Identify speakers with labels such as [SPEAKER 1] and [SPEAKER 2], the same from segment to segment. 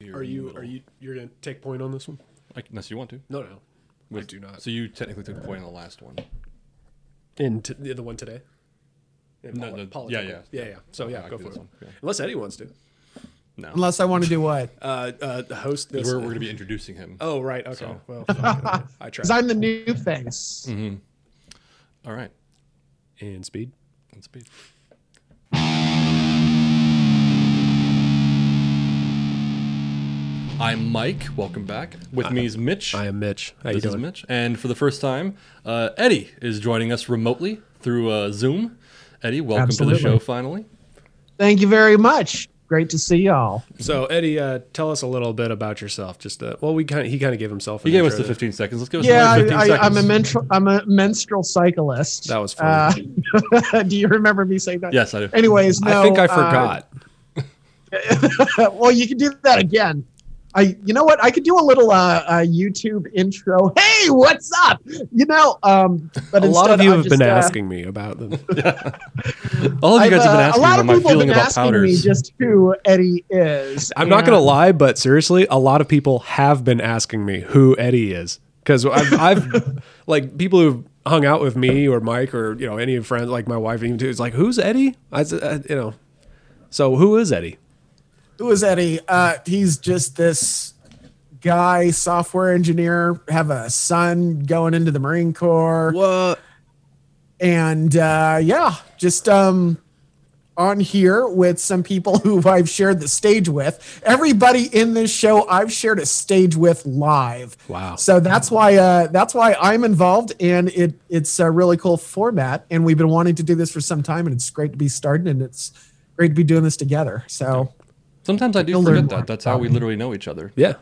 [SPEAKER 1] You're
[SPEAKER 2] Are
[SPEAKER 1] in the
[SPEAKER 2] you
[SPEAKER 1] middle.
[SPEAKER 2] are you you're gonna take point on this one?
[SPEAKER 1] Like, unless you want to.
[SPEAKER 2] No, no.
[SPEAKER 1] With-
[SPEAKER 2] do not.
[SPEAKER 1] So you technically took a point on the last one.
[SPEAKER 2] And t- the the one today. In
[SPEAKER 1] No,
[SPEAKER 2] poli-
[SPEAKER 1] the-
[SPEAKER 2] political.
[SPEAKER 1] yeah, yeah.
[SPEAKER 2] yeah, yeah. So yeah,
[SPEAKER 1] I
[SPEAKER 2] go
[SPEAKER 1] do
[SPEAKER 2] for
[SPEAKER 1] this
[SPEAKER 2] it.
[SPEAKER 1] one, yeah.
[SPEAKER 2] Unless Eddie wants to.
[SPEAKER 1] No,
[SPEAKER 3] Unless I want to do what?
[SPEAKER 2] Uh, uh, the host this.
[SPEAKER 1] we're, we're going to be introducing him.
[SPEAKER 2] oh right, okay.
[SPEAKER 1] So-
[SPEAKER 2] Well, I tried.
[SPEAKER 3] Because I'm the new face.
[SPEAKER 2] Mm-hmm.
[SPEAKER 1] All right,
[SPEAKER 2] and speed.
[SPEAKER 1] and speed. I'm Mike. Welcome back. With me is Mitch.
[SPEAKER 2] I am Mitch. How you
[SPEAKER 1] this is
[SPEAKER 2] doing?
[SPEAKER 1] Mitch, and for the first time, uh, Eddie is joining us remotely through uh, Zoom. Eddie, welcome to the
[SPEAKER 3] Absolutely.
[SPEAKER 1] show. Finally,
[SPEAKER 3] Thank you very much. Great to see y'all.
[SPEAKER 2] So Eddie, uh, tell us a little bit about yourself. Just uh, well, we kind of he kind of gave himself. An
[SPEAKER 1] he gave us
[SPEAKER 2] intro
[SPEAKER 1] the
[SPEAKER 2] there.
[SPEAKER 1] 15 seconds. Let's give us
[SPEAKER 3] Yeah,
[SPEAKER 1] another 15
[SPEAKER 3] I, I,
[SPEAKER 1] seconds.
[SPEAKER 3] I'm a menstrual. I'm a menstrual cyclist.
[SPEAKER 2] That was
[SPEAKER 3] funny. Uh, do you remember me saying that?
[SPEAKER 1] Yes, I do.
[SPEAKER 3] Anyways, no,
[SPEAKER 2] I think I
[SPEAKER 3] uh,
[SPEAKER 2] forgot.
[SPEAKER 3] well, you can do that again. I, you know what? I could do a little uh, uh, YouTube intro. Hey, what's up? You know, um, but
[SPEAKER 2] a lot of
[SPEAKER 3] instead
[SPEAKER 2] you
[SPEAKER 3] I'm
[SPEAKER 2] have been
[SPEAKER 3] just, uh,
[SPEAKER 2] asking me about them.
[SPEAKER 1] All of you guys have been
[SPEAKER 3] I've, uh,
[SPEAKER 1] asking
[SPEAKER 3] a
[SPEAKER 1] me
[SPEAKER 3] lot of
[SPEAKER 1] about my
[SPEAKER 3] people have
[SPEAKER 1] feeling
[SPEAKER 3] been
[SPEAKER 1] about
[SPEAKER 3] asking me
[SPEAKER 1] powders.
[SPEAKER 3] just who Eddie is.
[SPEAKER 2] I'm not gonna
[SPEAKER 3] and- uh,
[SPEAKER 2] lie, but seriously, a lot of people have been asking me who Eddie is because I've, I've like people who've hung out with me or Mike or you know any of friends like my wife even too. It's like who's Eddie? I, s- I- you know, so who is Eddie?
[SPEAKER 3] Who is Eddie? Uh, he's just this guy, software engineer, have a son going into the Marine Corps,
[SPEAKER 2] What?
[SPEAKER 3] and uh, yeah, just um, on here with some people who I've shared the stage with. Everybody in this show, I've shared a stage with live.
[SPEAKER 2] Wow.
[SPEAKER 3] So that's why uh, that's why I'm involved, and it it's a really cool format, and we've been wanting to do this for some time, and it's great to be starting, and it's great to be doing this together. So.
[SPEAKER 1] Sometimes I do
[SPEAKER 3] You'll learn
[SPEAKER 1] forget
[SPEAKER 3] more
[SPEAKER 1] that. That's how we literally know each other.
[SPEAKER 2] Yeah.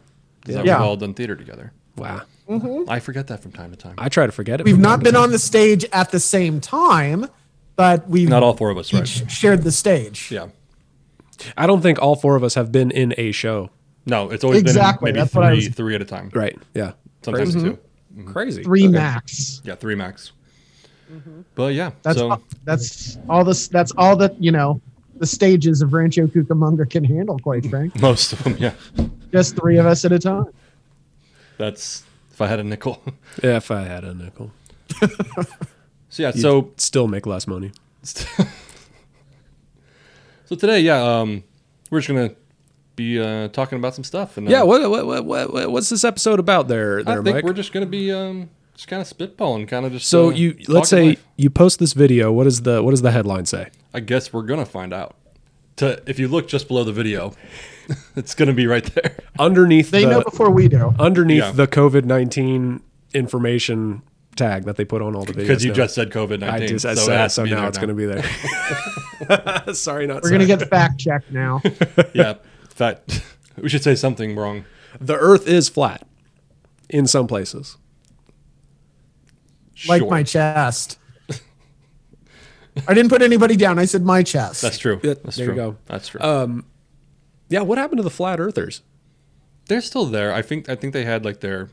[SPEAKER 1] Is that
[SPEAKER 3] Yeah.
[SPEAKER 1] We've all done theater together.
[SPEAKER 2] Wow.
[SPEAKER 1] I forget that from time to time.
[SPEAKER 2] I try to forget it.
[SPEAKER 3] we've
[SPEAKER 2] from
[SPEAKER 3] not
[SPEAKER 2] time
[SPEAKER 3] been on the stage at the same time, but we've
[SPEAKER 1] Not all four of us, right?
[SPEAKER 3] each shared the stage.
[SPEAKER 1] Yeah.
[SPEAKER 2] to- I don't think all four of us have been in a show.
[SPEAKER 1] No, it's always
[SPEAKER 3] Exactly,
[SPEAKER 1] been maybe
[SPEAKER 3] that's what I
[SPEAKER 1] three,
[SPEAKER 3] was- Mm-hmm.
[SPEAKER 1] three at a time.
[SPEAKER 2] Right. Yeah.
[SPEAKER 1] Sometimes two.
[SPEAKER 2] Crazy. Okay.
[SPEAKER 3] Three max.
[SPEAKER 1] Yeah, three max. But yeah,
[SPEAKER 3] That's
[SPEAKER 1] so
[SPEAKER 3] all, that's all this. That's all that you know. The stages of Rancho Cucamonga can handle, quite frank.
[SPEAKER 1] most of them, yeah.
[SPEAKER 3] Just three of us at a time.
[SPEAKER 1] That's if I had a nickel.
[SPEAKER 2] If I had a nickel,
[SPEAKER 1] So yeah, so
[SPEAKER 2] still make less money.
[SPEAKER 1] so today, yeah, um, we're just gonna be uh, talking about some stuff. And uh,
[SPEAKER 2] Yeah. What, what, what, what, what- what's this episode about there?
[SPEAKER 1] I
[SPEAKER 2] There,
[SPEAKER 1] think
[SPEAKER 2] Mike.
[SPEAKER 1] we're just gonna be um, just kind of spitballing, kind of just.
[SPEAKER 2] so
[SPEAKER 1] uh,
[SPEAKER 2] you
[SPEAKER 1] talking
[SPEAKER 2] let's say
[SPEAKER 1] life.
[SPEAKER 2] you post this video. What is the what does the headline say?
[SPEAKER 1] I guess we're gonna find out. To if you look just below the video, it's gonna be right there.
[SPEAKER 2] underneath
[SPEAKER 3] They
[SPEAKER 2] the,
[SPEAKER 3] know before we do.
[SPEAKER 1] Uh,
[SPEAKER 2] underneath
[SPEAKER 1] Yeah.
[SPEAKER 2] the COVID nineteen information tag that they put on all the videos.
[SPEAKER 1] Because you
[SPEAKER 2] now.
[SPEAKER 1] just said COVID
[SPEAKER 2] I
[SPEAKER 1] nineteen,
[SPEAKER 2] just
[SPEAKER 1] so
[SPEAKER 2] I
[SPEAKER 1] it
[SPEAKER 2] said it,
[SPEAKER 1] has
[SPEAKER 2] so
[SPEAKER 1] to be
[SPEAKER 2] now
[SPEAKER 1] there
[SPEAKER 2] it's going to be there. sorry, not
[SPEAKER 3] We're gonna get fact checked now.
[SPEAKER 1] yeah. In fact, we should say something wrong.
[SPEAKER 2] the Earth is flat in some places.
[SPEAKER 3] Like
[SPEAKER 1] Sure.
[SPEAKER 3] my chest. I didn't put anybody down. I said my chest.
[SPEAKER 1] That's true.
[SPEAKER 2] Yeah,
[SPEAKER 1] That's
[SPEAKER 2] there you
[SPEAKER 1] true.
[SPEAKER 2] go. Uh,
[SPEAKER 1] That's true.
[SPEAKER 2] Yeah, what happened to the flat earthers?
[SPEAKER 1] They're still there. I think. I think they had like their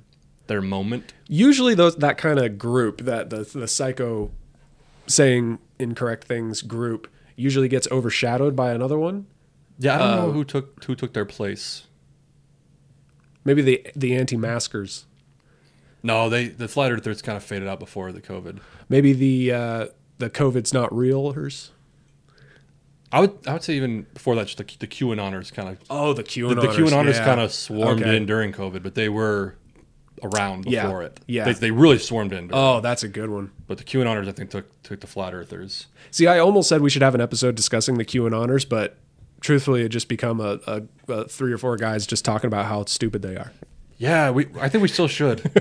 [SPEAKER 1] their moment.
[SPEAKER 2] Usually, those that kind of group that the the psycho saying incorrect things group usually gets overshadowed by another one.
[SPEAKER 1] Yeah, I don't know Uh, who took who took their place.
[SPEAKER 2] Maybe the the anti-maskers.
[SPEAKER 1] No, they the flat earthers kind of faded out before the COVID.
[SPEAKER 2] Maybe the uh, the COVID's not realers.
[SPEAKER 1] I would I would say even before that, just the, the QAnoners kind of
[SPEAKER 2] Oh, the QAnon.
[SPEAKER 1] the, the QAnoners
[SPEAKER 2] yeah.
[SPEAKER 1] kind of swarmed
[SPEAKER 2] Okay.
[SPEAKER 1] in during COVID, but they were around
[SPEAKER 2] Yeah,
[SPEAKER 1] before it.
[SPEAKER 2] yeah.
[SPEAKER 1] they, they really swarmed in. during-
[SPEAKER 2] Oh, that's a good one.
[SPEAKER 1] But the QAnoners, I think, took took the flat earthers.
[SPEAKER 2] See, I almost said we should have an episode discussing the QAnoners, but truthfully, it just become a, a, a three or four guys just talking about how stupid they are.
[SPEAKER 1] Yeah, we. I think we still should,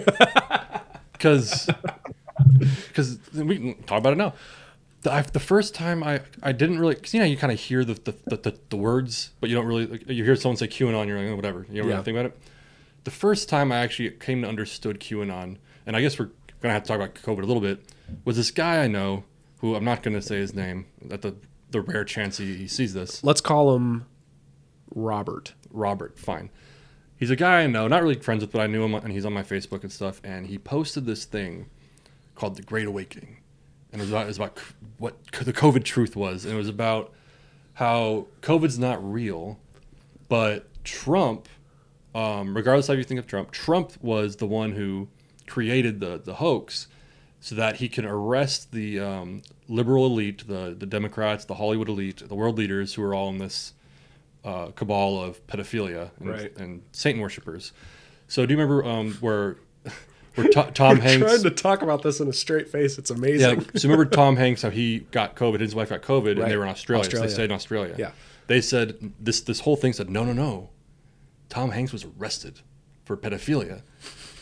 [SPEAKER 1] because because we can talk about it now. The, I, the first time I, I didn't really because you know you kind of hear the the, the, the the words but you don't really like, you hear someone say QAnon you're like oh, whatever you don't
[SPEAKER 2] Yeah.
[SPEAKER 1] really think about it. The first time I actually came to understood QAnon and I guess we're gonna have to talk about COVID a little bit was this guy I know who I'm not gonna say his name at the the rare chance he, he sees this
[SPEAKER 2] Let's call him Robert.
[SPEAKER 1] Robert, fine. He's a guy I know, not really friends with, but I knew him, and he's on my Facebook and stuff. And he posted this thing called "The Great Awakening," and it was about, it was about c- what c- the COVID truth was, and it was about how COVID's not real, but Trump um, regardless how you think of Trump, Trump was the one who created the the hoax so that he can arrest the um, liberal elite, the the Democrats, the Hollywood elite, the world leaders who are all in this uh, cabal of pedophilia and,
[SPEAKER 2] Right.
[SPEAKER 1] and Satan worshippers. So do you remember um, where where To- Tom Hanks?
[SPEAKER 2] Trying to talk about this in a straight face, it's
[SPEAKER 1] Yeah.
[SPEAKER 2] amazing.
[SPEAKER 1] So remember Tom Hanks how he got COVID, his wife got COVID, and
[SPEAKER 2] Right.
[SPEAKER 1] they were in Australia, So
[SPEAKER 2] Australia.
[SPEAKER 1] they stayed in Australia.
[SPEAKER 2] Yeah.
[SPEAKER 1] They said this this whole thing said no no no. Tom Hanks was arrested for pedophilia.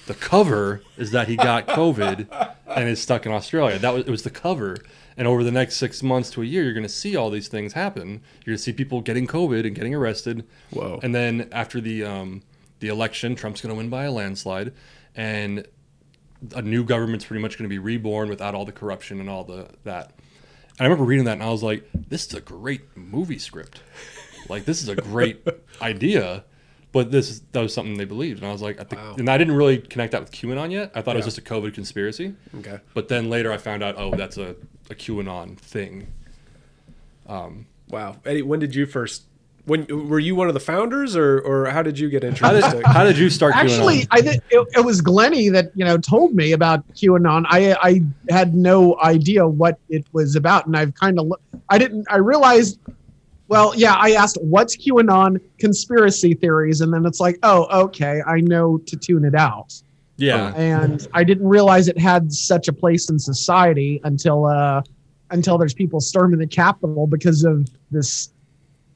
[SPEAKER 1] The cover is that he got COVID and is stuck in Australia. That was it was the cover. And over the next six months to a year, you're going to see all these things happen. You're going to see people getting COVID and getting arrested.
[SPEAKER 2] Whoa.
[SPEAKER 1] And then after the um, the election, Trump's going to win by a landslide, and a new government's pretty much going to be reborn without all the corruption and all the that. And I remember reading that and I was like, this is a great movie script. Like this is a great idea, but this is, that was something they believed. And I was like, I think, and I didn't really connect that with QAnon yet. I thought it was just a COVID conspiracy.
[SPEAKER 2] Okay.
[SPEAKER 1] But then later I found out, oh, that's a, a QAnon thing.
[SPEAKER 2] Wow, Eddie, when did you first? When were you one of the founders, or or how did you get
[SPEAKER 1] How did,
[SPEAKER 2] introduced? to-
[SPEAKER 1] how did you start
[SPEAKER 3] Actually,
[SPEAKER 1] QAnon?
[SPEAKER 3] I thi- it, it was Glennie that you know told me about QAnon. I I had no idea what it was about, and I've kind of looked. I didn't. I realized. Well, yeah, I asked what's QAnon conspiracy theories, and then it's like, oh, okay, I know to tune it out.
[SPEAKER 1] Yeah.
[SPEAKER 3] and I didn't realize it had such a place in society until uh, until there's people storming the Capitol because of this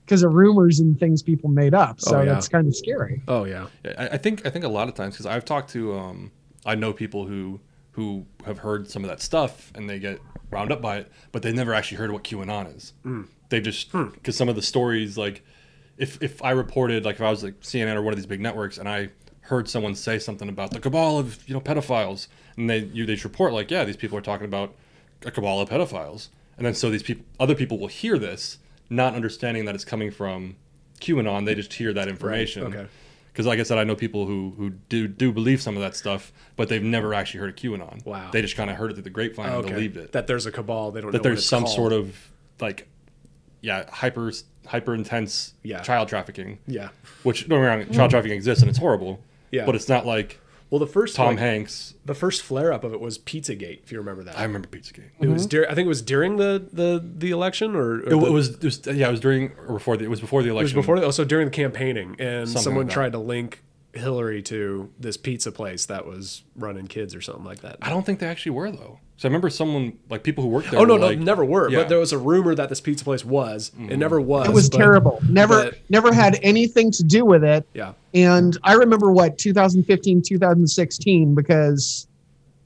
[SPEAKER 3] because of rumors and things people made up.
[SPEAKER 2] Oh,
[SPEAKER 3] So
[SPEAKER 2] yeah.
[SPEAKER 3] that's kind of scary.
[SPEAKER 2] oh yeah,
[SPEAKER 1] I, I think I think a lot of times because I've talked to um, I know people who who have heard some of that stuff and they get round up by it, but they never actually heard what QAnon is. They just because some of the stories like if if I reported like if I was like CNN or one of these big networks and I heard someone say something about the cabal of you know pedophiles and they you they just report like yeah these people are talking about a cabal of pedophiles and then so these people other people will hear this not understanding that it's coming from QAnon they just hear that information
[SPEAKER 2] okay.
[SPEAKER 1] because, like I said, I know people who who do do believe some of that stuff, but they've never actually heard of QAnon.
[SPEAKER 2] Wow.
[SPEAKER 1] They just kind of heard it through the grapevine
[SPEAKER 2] okay.
[SPEAKER 1] and believed it. That,
[SPEAKER 2] That there's a cabal. They don't. know
[SPEAKER 1] there's some sort of like, yeah, hyper hyper intense
[SPEAKER 2] Yeah.
[SPEAKER 1] child trafficking.
[SPEAKER 2] yeah.
[SPEAKER 1] Which don't get me wrong, child trafficking exists and it's horrible.
[SPEAKER 2] Yeah.
[SPEAKER 1] But it's not like
[SPEAKER 2] Well, the first
[SPEAKER 1] Tom
[SPEAKER 2] like,
[SPEAKER 1] Hanks.
[SPEAKER 2] the first flare up of it was PizzaGate. If you remember that,
[SPEAKER 1] I remember Pizzagate.
[SPEAKER 2] it
[SPEAKER 3] Mm-hmm.
[SPEAKER 2] was. Dur- I think it was during the the the election, or, or
[SPEAKER 1] It,
[SPEAKER 2] the-
[SPEAKER 1] wa- it was, it was yeah, it was during or before the it was before the election.
[SPEAKER 2] It was before, also during the campaigning, and
[SPEAKER 1] Something
[SPEAKER 2] someone
[SPEAKER 1] like that.
[SPEAKER 2] tried to link Hillary to this pizza place that was running kids or something like that.
[SPEAKER 1] I don't think they actually were though. So I remember someone like people who worked there.
[SPEAKER 2] Oh no,
[SPEAKER 1] were
[SPEAKER 2] no,
[SPEAKER 1] like,
[SPEAKER 2] never were.
[SPEAKER 1] yeah. Mm-hmm.
[SPEAKER 2] But there was a rumor that this pizza place was. It never was.
[SPEAKER 3] It was
[SPEAKER 2] but-
[SPEAKER 3] terrible. Never
[SPEAKER 2] but-
[SPEAKER 3] never had anything to do with it.
[SPEAKER 2] Yeah,
[SPEAKER 3] And I remember what 2015, 2016, because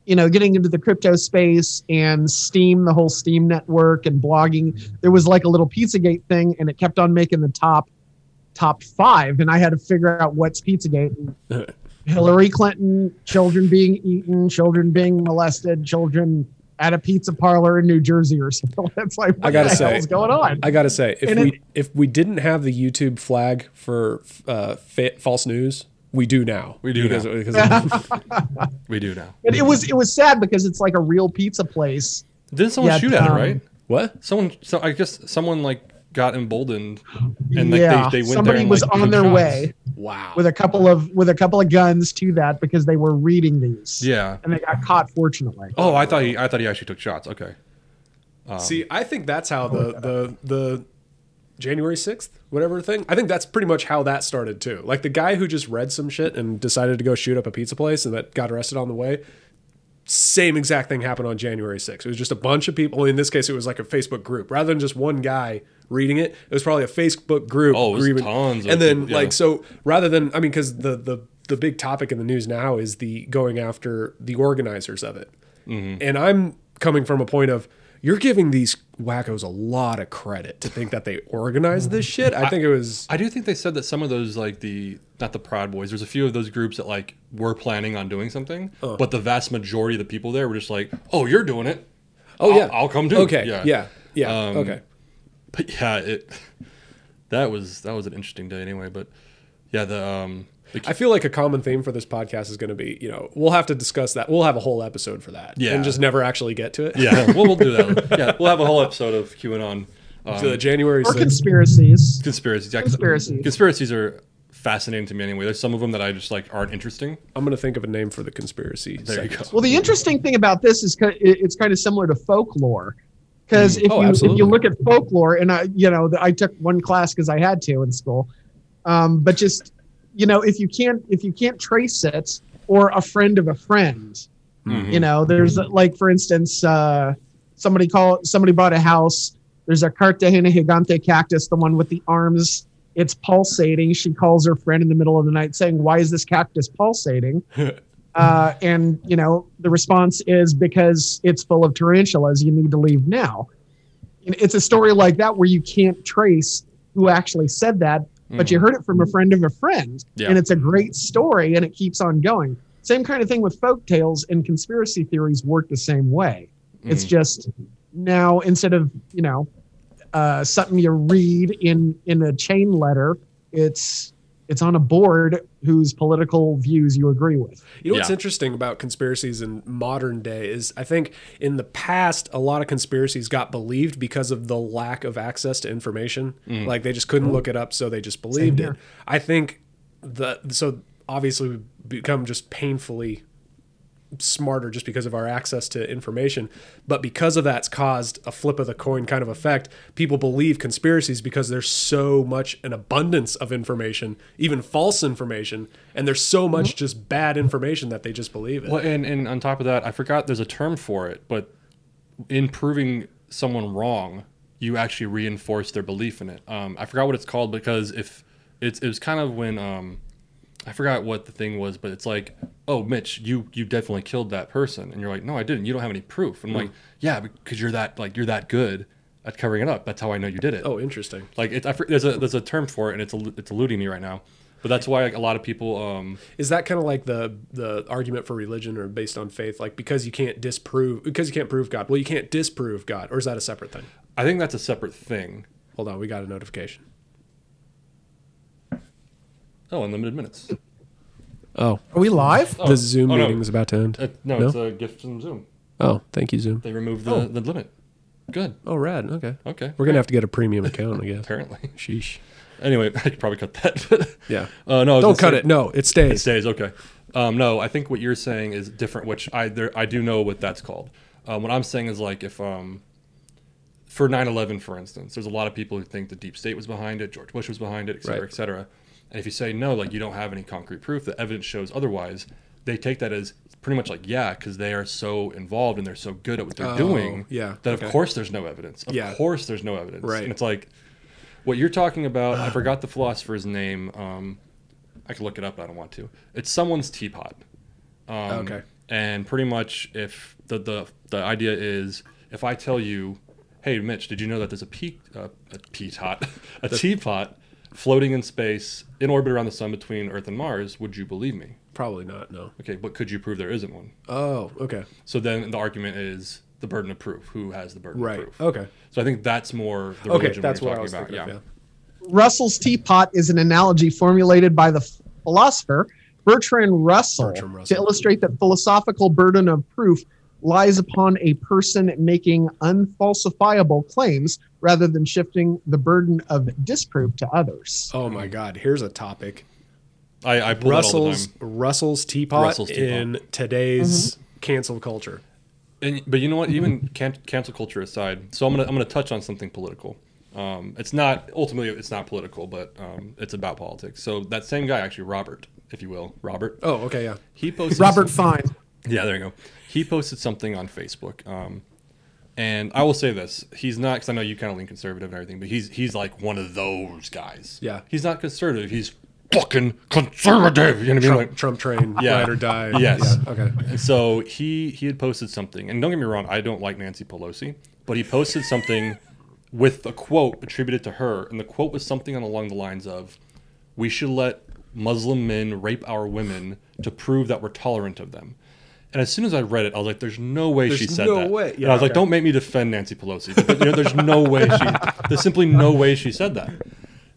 [SPEAKER 3] you know, getting into the crypto space and Steam, the whole Steam network and blogging, there was like a little Pizzagate thing, and it kept on making the top top five, and I had to figure out what's Pizzagate. And Hillary Clinton, children being eaten, children being molested, children at a pizza parlor in New Jersey or something. That's like what
[SPEAKER 2] I gotta
[SPEAKER 3] the
[SPEAKER 2] say-
[SPEAKER 3] hell's going on?
[SPEAKER 2] I gotta say, if
[SPEAKER 3] And
[SPEAKER 2] we if we didn't have the YouTube flag for uh, fa- false news, we do now.
[SPEAKER 1] We do
[SPEAKER 2] because,
[SPEAKER 1] now.
[SPEAKER 2] because of-
[SPEAKER 1] We do now.
[SPEAKER 3] But it was it was sad because it's like a real pizza place.
[SPEAKER 1] Didn't someone
[SPEAKER 3] Yeah,
[SPEAKER 1] shoot at it
[SPEAKER 3] um,
[SPEAKER 1] right?
[SPEAKER 2] what?
[SPEAKER 1] someone so i guess someone like got emboldened and like
[SPEAKER 3] yeah,
[SPEAKER 1] they, they went
[SPEAKER 3] somebody
[SPEAKER 1] there and,
[SPEAKER 3] was
[SPEAKER 1] like,
[SPEAKER 3] on
[SPEAKER 1] took
[SPEAKER 3] their
[SPEAKER 1] shots.
[SPEAKER 3] way
[SPEAKER 2] Wow.
[SPEAKER 3] with a couple of with a couple of guns to that because they were reading these.
[SPEAKER 1] yeah
[SPEAKER 3] and they got caught. Fortunately,
[SPEAKER 1] oh i thought he i thought he actually took shots okay
[SPEAKER 2] See, I think that's how the the the January sixth, whatever thing. I think that's pretty much how that started too. Like the guy who just read some shit and decided to go shoot up a pizza place and that got arrested on the way. Same exact thing happened on January sixth. It was just a bunch of people. In this case, it was like a Facebook group rather than just one guy reading it. It was probably a Facebook group.
[SPEAKER 1] Oh, it was
[SPEAKER 2] grieving-
[SPEAKER 1] tons of
[SPEAKER 2] and then
[SPEAKER 1] people, yeah.
[SPEAKER 2] like so rather than I mean, because the the the big topic in the news now is the going after the organizers of it,
[SPEAKER 1] Mm-hmm.
[SPEAKER 2] and I'm coming from a point of you're giving these wackos a lot of credit to think that they organized this shit. I think it was
[SPEAKER 1] i do think they said that some of those like the not the proud boys there's a few of those groups that like were planning on doing something
[SPEAKER 2] Uh.
[SPEAKER 1] but the vast majority of the people there were just like oh you're doing it
[SPEAKER 2] oh
[SPEAKER 1] I'll-
[SPEAKER 2] yeah
[SPEAKER 1] i'll come do Um, it
[SPEAKER 2] okay yeah yeah, okay
[SPEAKER 1] but yeah it that was that was an interesting day anyway but yeah the um the
[SPEAKER 2] I feel like a common theme for this podcast is going to be you know we'll have to discuss that we'll have a whole episode for that
[SPEAKER 1] Yeah.
[SPEAKER 2] and just never actually get to it
[SPEAKER 1] yeah, we'll, we'll do that. Yeah, we'll have a whole episode of QAnon. Um,
[SPEAKER 2] to the January
[SPEAKER 3] or
[SPEAKER 2] 6th.
[SPEAKER 3] conspiracies.
[SPEAKER 1] conspiracies. Yeah,
[SPEAKER 3] Conspiracies.
[SPEAKER 1] Conspiracies are fascinating to me anyway. There's some of them that I just like aren't interesting.
[SPEAKER 2] I'm gonna think of a name for the conspiracy.
[SPEAKER 1] There you go.
[SPEAKER 3] Well, the interesting thing about this is ki- it- it's kind of similar to folklore. Because
[SPEAKER 1] Mm.
[SPEAKER 3] if,
[SPEAKER 2] Oh,
[SPEAKER 3] you if
[SPEAKER 2] absolutely.
[SPEAKER 3] you look at folklore, and I, you know, I took one class because I had to in school, um, but just you know, if you can't if you can't trace it or a friend of a friend,
[SPEAKER 1] Mhm.
[SPEAKER 3] you know, there's like for instance, uh, somebody call somebody bought a house. There's a Cartagena gigante cactus, the one with the arms. It's pulsating. She calls her friend in the middle of the night saying, "Why is this cactus pulsating?" uh, and you know the response is because it's full of tarantulas you need to leave now and it's a story like that where you can't trace who actually said that but you heard it from a friend of a friend
[SPEAKER 1] Mm. Yeah.
[SPEAKER 3] and it's a great story and it keeps on going same kind of thing with folk tales and conspiracy theories work the same way it's
[SPEAKER 1] Mhm.
[SPEAKER 3] just now instead of you know uh, something you read in in a chain letter it's it's on a board whose political views you agree with
[SPEAKER 2] You know what's
[SPEAKER 1] Yeah.
[SPEAKER 2] interesting about conspiracies in modern day is I think in the past a lot of conspiracies got believed because of the lack of access to information.
[SPEAKER 1] Mm.
[SPEAKER 2] Like they just couldn't look it up, so they just believed it.
[SPEAKER 3] Mm. here.
[SPEAKER 2] I think the so obviously we've become just painfully smarter just because of our access to information. But because of that's caused a flip of the coin kind of effect. People believe conspiracies because there's so much an abundance of information, even false information, and there's so much just bad information that they just believe it.
[SPEAKER 1] Mm-hmm. Well, and and on top of that, I forgot there's a term for it, but in proving someone wrong, you actually reinforce their belief in it. Um, I forgot what it's called because if it's it was kind of when um, I forgot what the thing was, but it's like, oh, Mitch, you you definitely killed that person, and you're like, no, I didn't. You don't have any proof. And I'm like, yeah, because you're that like you're that good at covering it up. That's how I know you did it.
[SPEAKER 2] Oh, interesting.
[SPEAKER 1] Like it's I, for- there's a there's a term for it, and it's el- it's eluding me right now. But that's why like, a lot of people. Um,
[SPEAKER 2] Is that kind of like the the argument for religion or based on faith? Like because you can't disprove because you can't prove God. Well, you can't disprove God, or is that a separate thing?
[SPEAKER 1] I think that's a separate thing.
[SPEAKER 2] Hold on, we got a notification.
[SPEAKER 1] Oh, unlimited minutes.
[SPEAKER 2] Oh,
[SPEAKER 3] are we live
[SPEAKER 1] Oh,
[SPEAKER 2] the Zoom
[SPEAKER 1] oh, no.
[SPEAKER 2] meeting is about to end.
[SPEAKER 1] Uh, no,
[SPEAKER 2] No?
[SPEAKER 1] it's a gift from Zoom.
[SPEAKER 2] oh, thank you, Zoom.
[SPEAKER 1] They removed the, the limit. Good.
[SPEAKER 2] Oh, rad. Okay.
[SPEAKER 1] Okay.
[SPEAKER 2] We're gonna have to get a premium account, I guess.
[SPEAKER 1] apparently.
[SPEAKER 2] Sheesh.
[SPEAKER 1] Anyway, I could probably cut that.
[SPEAKER 2] Yeah.
[SPEAKER 1] Uh, no, I was
[SPEAKER 2] Don't
[SPEAKER 1] gonna
[SPEAKER 2] cut
[SPEAKER 1] say-
[SPEAKER 2] it. No, it stays.
[SPEAKER 1] It stays. Okay. Um, no, I think what you're saying is different, which I there, I do know what that's called. Um, what I'm saying is like if um, for 9/11, for instance, there's a lot of people who think the deep state was behind it, George Bush was behind it, et cetera,
[SPEAKER 2] Right.
[SPEAKER 1] et cetera. And if you say no, like you don't have any concrete proof, the evidence shows otherwise. They take that as pretty much like yeah, because they are so involved and they're so good at what they're doing.
[SPEAKER 2] Oh, yeah,
[SPEAKER 1] That
[SPEAKER 2] okay.
[SPEAKER 1] of course there's no evidence. Of
[SPEAKER 2] Yeah.
[SPEAKER 1] course there's no evidence.
[SPEAKER 2] Right.
[SPEAKER 1] And it's like what you're talking about. I forgot the philosopher's name. Um, I could look it up, but I don't want to. It's someone's teapot. Um,
[SPEAKER 2] Okay.
[SPEAKER 1] And pretty much, if the, the the idea is, if I tell you, "Hey, Mitch, did you know that there's a pea uh, a teapot, a teapot floating in space in orbit around the sun between Earth and Mars? Would you believe me?
[SPEAKER 2] Probably not. No.
[SPEAKER 1] Okay, but could you prove there isn't one?
[SPEAKER 2] Oh, okay.
[SPEAKER 1] So then the argument is the burden of proof. Who has the burden
[SPEAKER 2] Right.
[SPEAKER 1] of proof?
[SPEAKER 2] Okay.
[SPEAKER 1] So I think that's more the
[SPEAKER 2] Okay,
[SPEAKER 1] religion
[SPEAKER 2] that's
[SPEAKER 1] we're
[SPEAKER 2] what I
[SPEAKER 1] talking
[SPEAKER 2] was
[SPEAKER 1] about.
[SPEAKER 2] thinking.
[SPEAKER 1] Yeah.
[SPEAKER 2] of, yeah.
[SPEAKER 3] Russell's teapot is an analogy formulated by the philosopher Bertrand Russell,
[SPEAKER 2] Bertrand Russell.
[SPEAKER 3] to illustrate that philosophical burden of proof lies upon a person making unfalsifiable claims rather than shifting the burden of disproof to others.
[SPEAKER 2] Oh my God! Here's a topic.
[SPEAKER 1] I, I pull it all the
[SPEAKER 2] Russell's
[SPEAKER 1] time.
[SPEAKER 2] Russell's teapot,
[SPEAKER 1] Russell's teapot.
[SPEAKER 2] in today's cancel culture.
[SPEAKER 1] And, but you know what? Even can, cancel culture aside, so I'm gonna I'm gonna touch on something political. Um, it's not ultimately it's not political, but um, it's about politics. So that same guy, actually Robert, if you will, Robert,
[SPEAKER 2] Oh, okay, yeah.
[SPEAKER 1] he posted
[SPEAKER 3] Robert Fine.
[SPEAKER 1] yeah, there you go. He posted something on Facebook. Um, and I will say this: he's not because I know you kind of lean conservative and everything, but he's he's like one of those guys.
[SPEAKER 2] Yeah.
[SPEAKER 1] he's not conservative. He's fucking conservative. You know what I mean?
[SPEAKER 2] Trump,
[SPEAKER 1] Like,
[SPEAKER 2] Trump train,
[SPEAKER 1] Yeah.
[SPEAKER 2] ride or die.
[SPEAKER 1] Yes.
[SPEAKER 2] Yeah, Okay.
[SPEAKER 1] And so he he had posted something, and don't get me wrong, I don't like Nancy Pelosi, but he posted something with a quote attributed to her, and the quote was something along the lines of, "We should let Muslim men rape our women to prove that we're tolerant of them." And as soon as I read it, I was like, "There's no way she
[SPEAKER 2] There's
[SPEAKER 1] said
[SPEAKER 2] no
[SPEAKER 1] that."
[SPEAKER 2] way.
[SPEAKER 1] and
[SPEAKER 2] Yeah,
[SPEAKER 1] I was like,
[SPEAKER 2] okay.
[SPEAKER 1] "Don't make me defend Nancy Pelosi." But, you know, there's no way she. There's simply no way she said that.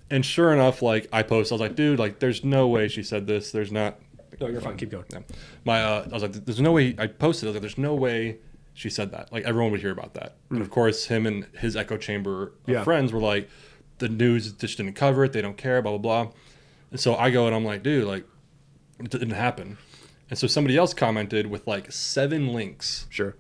[SPEAKER 1] And sure enough, like I posted, I was like, "Dude, like, there's no way she said this. There's not."
[SPEAKER 2] No, you're fine. Keep going.
[SPEAKER 1] Yeah. My, uh, I was like, there's no way. I posted, I was like, there's no way she said that. Like everyone would hear about that. And of course, him and his echo chamber of
[SPEAKER 2] Mm. Yeah.
[SPEAKER 1] friends were like, the news just didn't cover it. They don't care. Blah blah blah. And so I go and I'm like, dude, like, it didn't happen. And so somebody else commented with like seven links
[SPEAKER 2] Sure.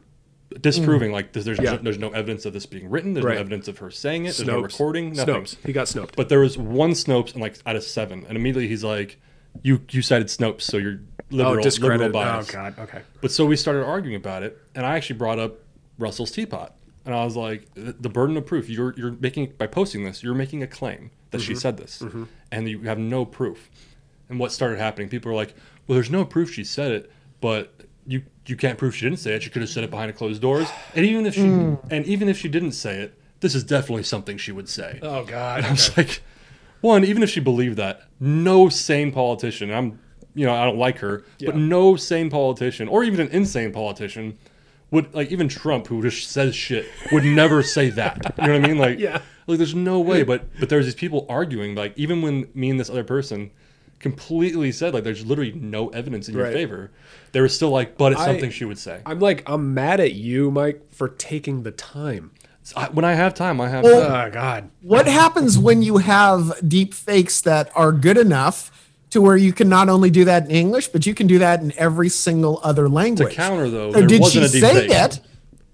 [SPEAKER 1] disproving like there's there's,
[SPEAKER 2] Mm. Yeah.
[SPEAKER 1] no, there's no evidence of this being written. There's
[SPEAKER 2] Right.
[SPEAKER 1] no evidence of her saying it. There's no recording. Nothing.
[SPEAKER 2] Snopes. He got snoped.
[SPEAKER 1] But there was one Snopes and like out of seven, and immediately he's like, "You you cited Snopes, so you're liberal,
[SPEAKER 2] oh,
[SPEAKER 1] liberal
[SPEAKER 2] discredited. Oh
[SPEAKER 1] bias."
[SPEAKER 2] God. Okay.
[SPEAKER 1] But so we started arguing about it, and I actually brought up Russell's teapot, and I was like, "The the burden of proof. You're you're making by posting this, you're making a claim that she said this, and you have no proof." And what started happening? People were like, "Well, there's no proof she said it, but." You, you can't prove she didn't say it. She could have said it behind closed doors. And even if she and even if she didn't say it, this is definitely something she would say.
[SPEAKER 2] Oh God.
[SPEAKER 1] I was like, one, even if she believed that, no sane politician, and I'm, you know, I don't like her, but
[SPEAKER 2] Yeah.
[SPEAKER 1] no sane politician or even an insane politician would, like, even Trump, who just says shit, would never say that. You know what I mean? Like,
[SPEAKER 2] Yeah.
[SPEAKER 1] like there's no way. But, but there's these people arguing, like, even when me and this other person completely said, like, there's literally no evidence in your
[SPEAKER 2] Right.
[SPEAKER 1] favor, they were still like, but it's
[SPEAKER 2] I-
[SPEAKER 1] something she would say.
[SPEAKER 2] I'm like, I'm mad at you, Mike, for taking the time.
[SPEAKER 1] I, when I have time, I have.
[SPEAKER 3] Well,
[SPEAKER 2] Oh God.
[SPEAKER 3] What happens when you have deep fakes that are good enough to where you can not only do that in English, but you can do that in every single other language?
[SPEAKER 1] to counter though,
[SPEAKER 3] So
[SPEAKER 1] there
[SPEAKER 3] did
[SPEAKER 1] wasn't
[SPEAKER 3] she
[SPEAKER 1] a deep
[SPEAKER 3] say
[SPEAKER 1] fake.
[SPEAKER 3] it?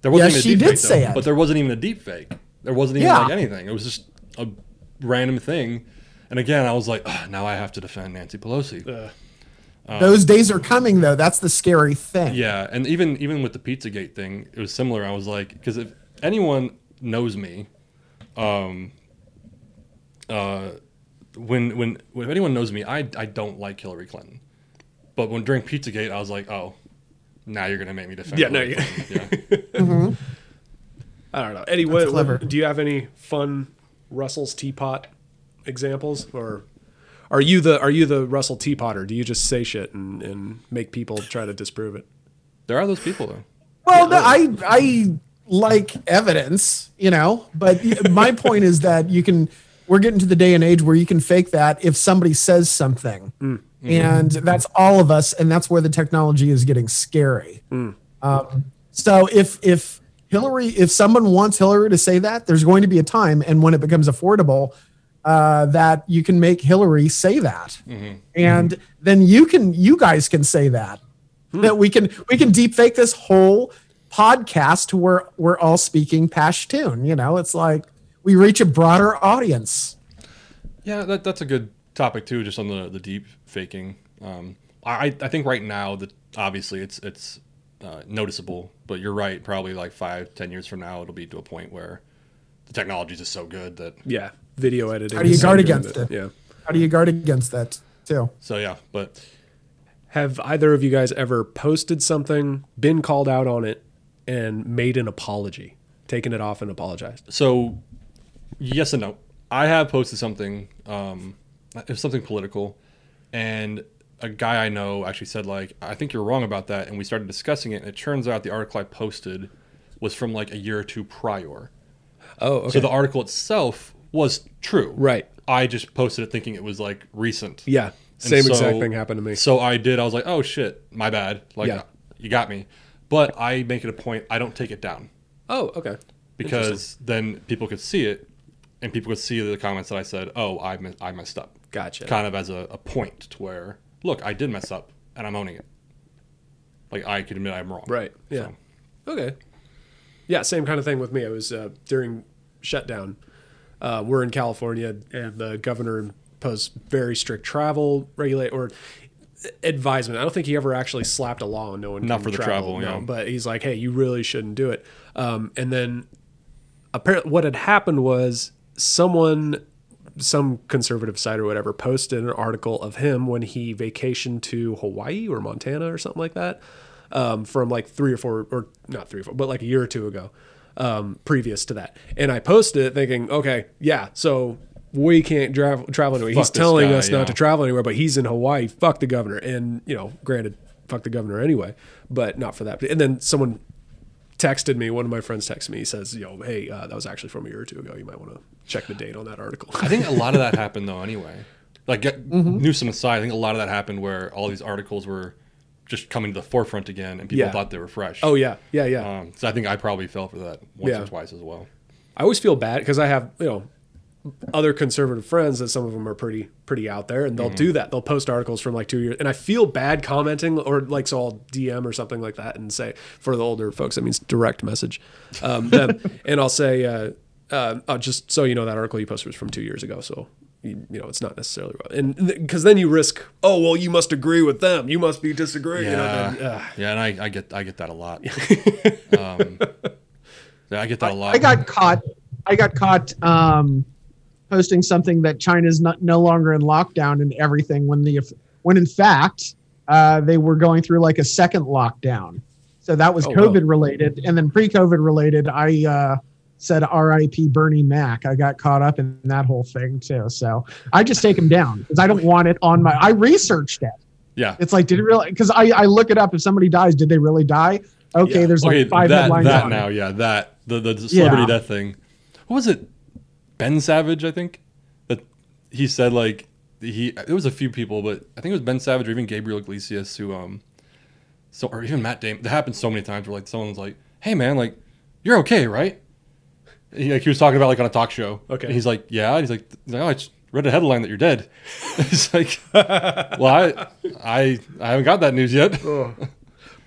[SPEAKER 1] There wasn't
[SPEAKER 3] Yes,
[SPEAKER 1] even a deep
[SPEAKER 3] she
[SPEAKER 1] fake,
[SPEAKER 3] did say
[SPEAKER 1] though,
[SPEAKER 3] it.
[SPEAKER 1] but there wasn't even a deep fake. There wasn't even
[SPEAKER 3] Yeah.
[SPEAKER 1] like anything. It was just a random thing. And again, I was like, "Ugh, now I have to defend Nancy Pelosi.
[SPEAKER 3] Those days are coming, though. That's the scary thing.
[SPEAKER 1] Yeah, and even even with the PizzaGate thing, it was similar. I was like, because if anyone knows me, um, uh, when when if anyone knows me, I I don't like Hillary Clinton. But when during PizzaGate, I was like, oh, now you're gonna make me defend.
[SPEAKER 2] Yeah, no,
[SPEAKER 1] Hillary
[SPEAKER 2] you-
[SPEAKER 1] Clinton. yeah.
[SPEAKER 2] I don't know. Eddie, what,
[SPEAKER 3] clever.
[SPEAKER 2] do you have any fun Russell's teapot examples, or are you the are you the Russell teapotter? Do you just say shit and, and make people try to disprove it?
[SPEAKER 1] There are those people though.
[SPEAKER 3] Well, no, I I like evidence, you know, but my point is that you can. We're getting to the day and age where you can fake that if somebody says something, and that's all of us, and that's where the technology is getting scary. Um, so if if Hillary, if someone wants Hillary to say that, there's going to be a time, and when it becomes affordable, uh, that you can make Hillary say that, and then you can, you guys can say that, that we can we can deep fake this whole podcast to where we're all speaking Pashtun. You know, it's like we reach a broader audience.
[SPEAKER 1] Yeah, that, that's a good topic too, just on the, the deep faking. Um, I, I- I think right now that obviously it's it's uh, noticeable, but you're right. Probably like five, ten years from now, it'll be to a point where the technology is just so good that.
[SPEAKER 2] Yeah, video editing.
[SPEAKER 3] How do you
[SPEAKER 2] is so
[SPEAKER 3] guard
[SPEAKER 2] good,
[SPEAKER 3] against
[SPEAKER 2] but-
[SPEAKER 3] it?
[SPEAKER 2] Yeah.
[SPEAKER 3] How do you guard against that too?
[SPEAKER 1] So yeah, but
[SPEAKER 2] Have either of you guys ever posted something, been called out on it, and made an apology, taken it off and apologized?
[SPEAKER 1] so yes and no. I have posted something, um, it was something political, and a guy I know actually said like, "I think you're wrong about that," and we started discussing it. And it turns out the article I posted was from like a year or two prior.
[SPEAKER 2] Oh, okay.
[SPEAKER 1] So the article itself was true.
[SPEAKER 2] Right.
[SPEAKER 1] I just posted it thinking it was like recent.
[SPEAKER 2] yeah,
[SPEAKER 1] And
[SPEAKER 2] same
[SPEAKER 1] so-
[SPEAKER 2] exact thing happened to me.
[SPEAKER 1] So I did. I was like, oh shit, my bad. Like,
[SPEAKER 2] Yeah.
[SPEAKER 1] you got me. But I make it a point, I don't take it down
[SPEAKER 2] Oh, okay.
[SPEAKER 1] because then people could see it and people could see the comments that I said, oh, I, me- I messed up.
[SPEAKER 2] Gotcha.
[SPEAKER 1] Kind of as a, a point to where, look, I did mess up and I'm owning it. Like, I can admit I'm wrong.
[SPEAKER 2] Right. Yeah.
[SPEAKER 1] So-
[SPEAKER 2] Okay. Yeah, same kind of thing with me. It was uh, during shutdown. Uh, we're in California, and the governor imposed very strict travel regulate or advisement. I don't think he ever actually slapped a law on no one.
[SPEAKER 1] Not
[SPEAKER 2] can
[SPEAKER 1] for the travel,
[SPEAKER 2] no,
[SPEAKER 1] yeah.
[SPEAKER 2] But he's like, hey, you really shouldn't do it. Um, and then apparently, what had happened was someone, some conservative site or whatever, posted an article of him when he vacationed to Hawaii or Montana or something like that um, from like three or four, or not three or four, but like a year or two ago, um, previous to that. And I posted it thinking, okay, yeah, so we can't dra- travel anywhere. He's
[SPEAKER 1] this
[SPEAKER 2] telling
[SPEAKER 1] guy,
[SPEAKER 2] us not
[SPEAKER 1] yeah.
[SPEAKER 2] to travel anywhere, but he's in Hawaii. Fuck the governor. And, you know, granted, fuck the governor anyway, but not for that. And then someone texted me, one of my friends texted me, he says, yo, hey, uh, that was actually from a year or two ago. You might want to check the date on that article.
[SPEAKER 1] I think a lot of that happened though. Anyway, like get,
[SPEAKER 2] Mm-hmm.
[SPEAKER 1] Newsom aside, I think a lot of that happened where all these articles were just coming to the forefront again, and people
[SPEAKER 2] Yeah.
[SPEAKER 1] thought they were fresh.
[SPEAKER 2] oh, yeah, yeah, yeah.
[SPEAKER 1] um, so I think I probably fell for that once
[SPEAKER 2] Yeah.
[SPEAKER 1] or twice as well.
[SPEAKER 2] I always feel bad because I have, you know, other conservative friends that some of them are pretty pretty out there, and they'll do that. They'll post articles from like two years, and I feel bad commenting or like so I'll DM or something like that and say for the older folks that means direct message, um, them, and I'll say uh, uh, oh, just so you know that article you posted was from two years ago, so. You, you know, it's not necessarily right. And because then you risk, oh, well, you must agree with them. You must be disagreeing. You know,
[SPEAKER 1] Yeah,
[SPEAKER 2] then, uh,
[SPEAKER 1] yeah, and I, I get I get that a lot. um, yeah, I get that a lot.
[SPEAKER 3] I got caught. I got caught um, posting something that China's not no longer in lockdown and everything. When the when in fact uh, they were going through like a second lockdown. So that was
[SPEAKER 2] Oh, wow.
[SPEAKER 3] COVID related, and then pre-COVID related. I uh, said R.I.P. Bernie Mac. I got caught up in that whole thing too. So I just take him down because I don't want it on my. I researched it.
[SPEAKER 1] yeah.
[SPEAKER 3] It's like did it really? Because I I look it up. If somebody dies, did they really die? Okay,
[SPEAKER 2] Yeah.
[SPEAKER 3] there's
[SPEAKER 1] okay,
[SPEAKER 3] like five
[SPEAKER 1] that
[SPEAKER 3] headlines
[SPEAKER 1] that
[SPEAKER 3] on
[SPEAKER 1] now,
[SPEAKER 3] it.
[SPEAKER 1] yeah, that the the celebrity
[SPEAKER 3] Yeah.
[SPEAKER 1] death thing. What was it? Ben Savage, I think. That he said like he it was a few people, but I think it was Ben Savage or even Gabriel Iglesias who um so or even Matt Damon. That happened so many times where like someone's like, "Hey man, like you're okay, right?" He, like he was talking about like on a talk show.
[SPEAKER 2] Okay.
[SPEAKER 1] And he's like, "Yeah." And he's like, he's like, "Oh, I just read a headline that you're dead." he's like, "Well, I, I I haven't got that news yet."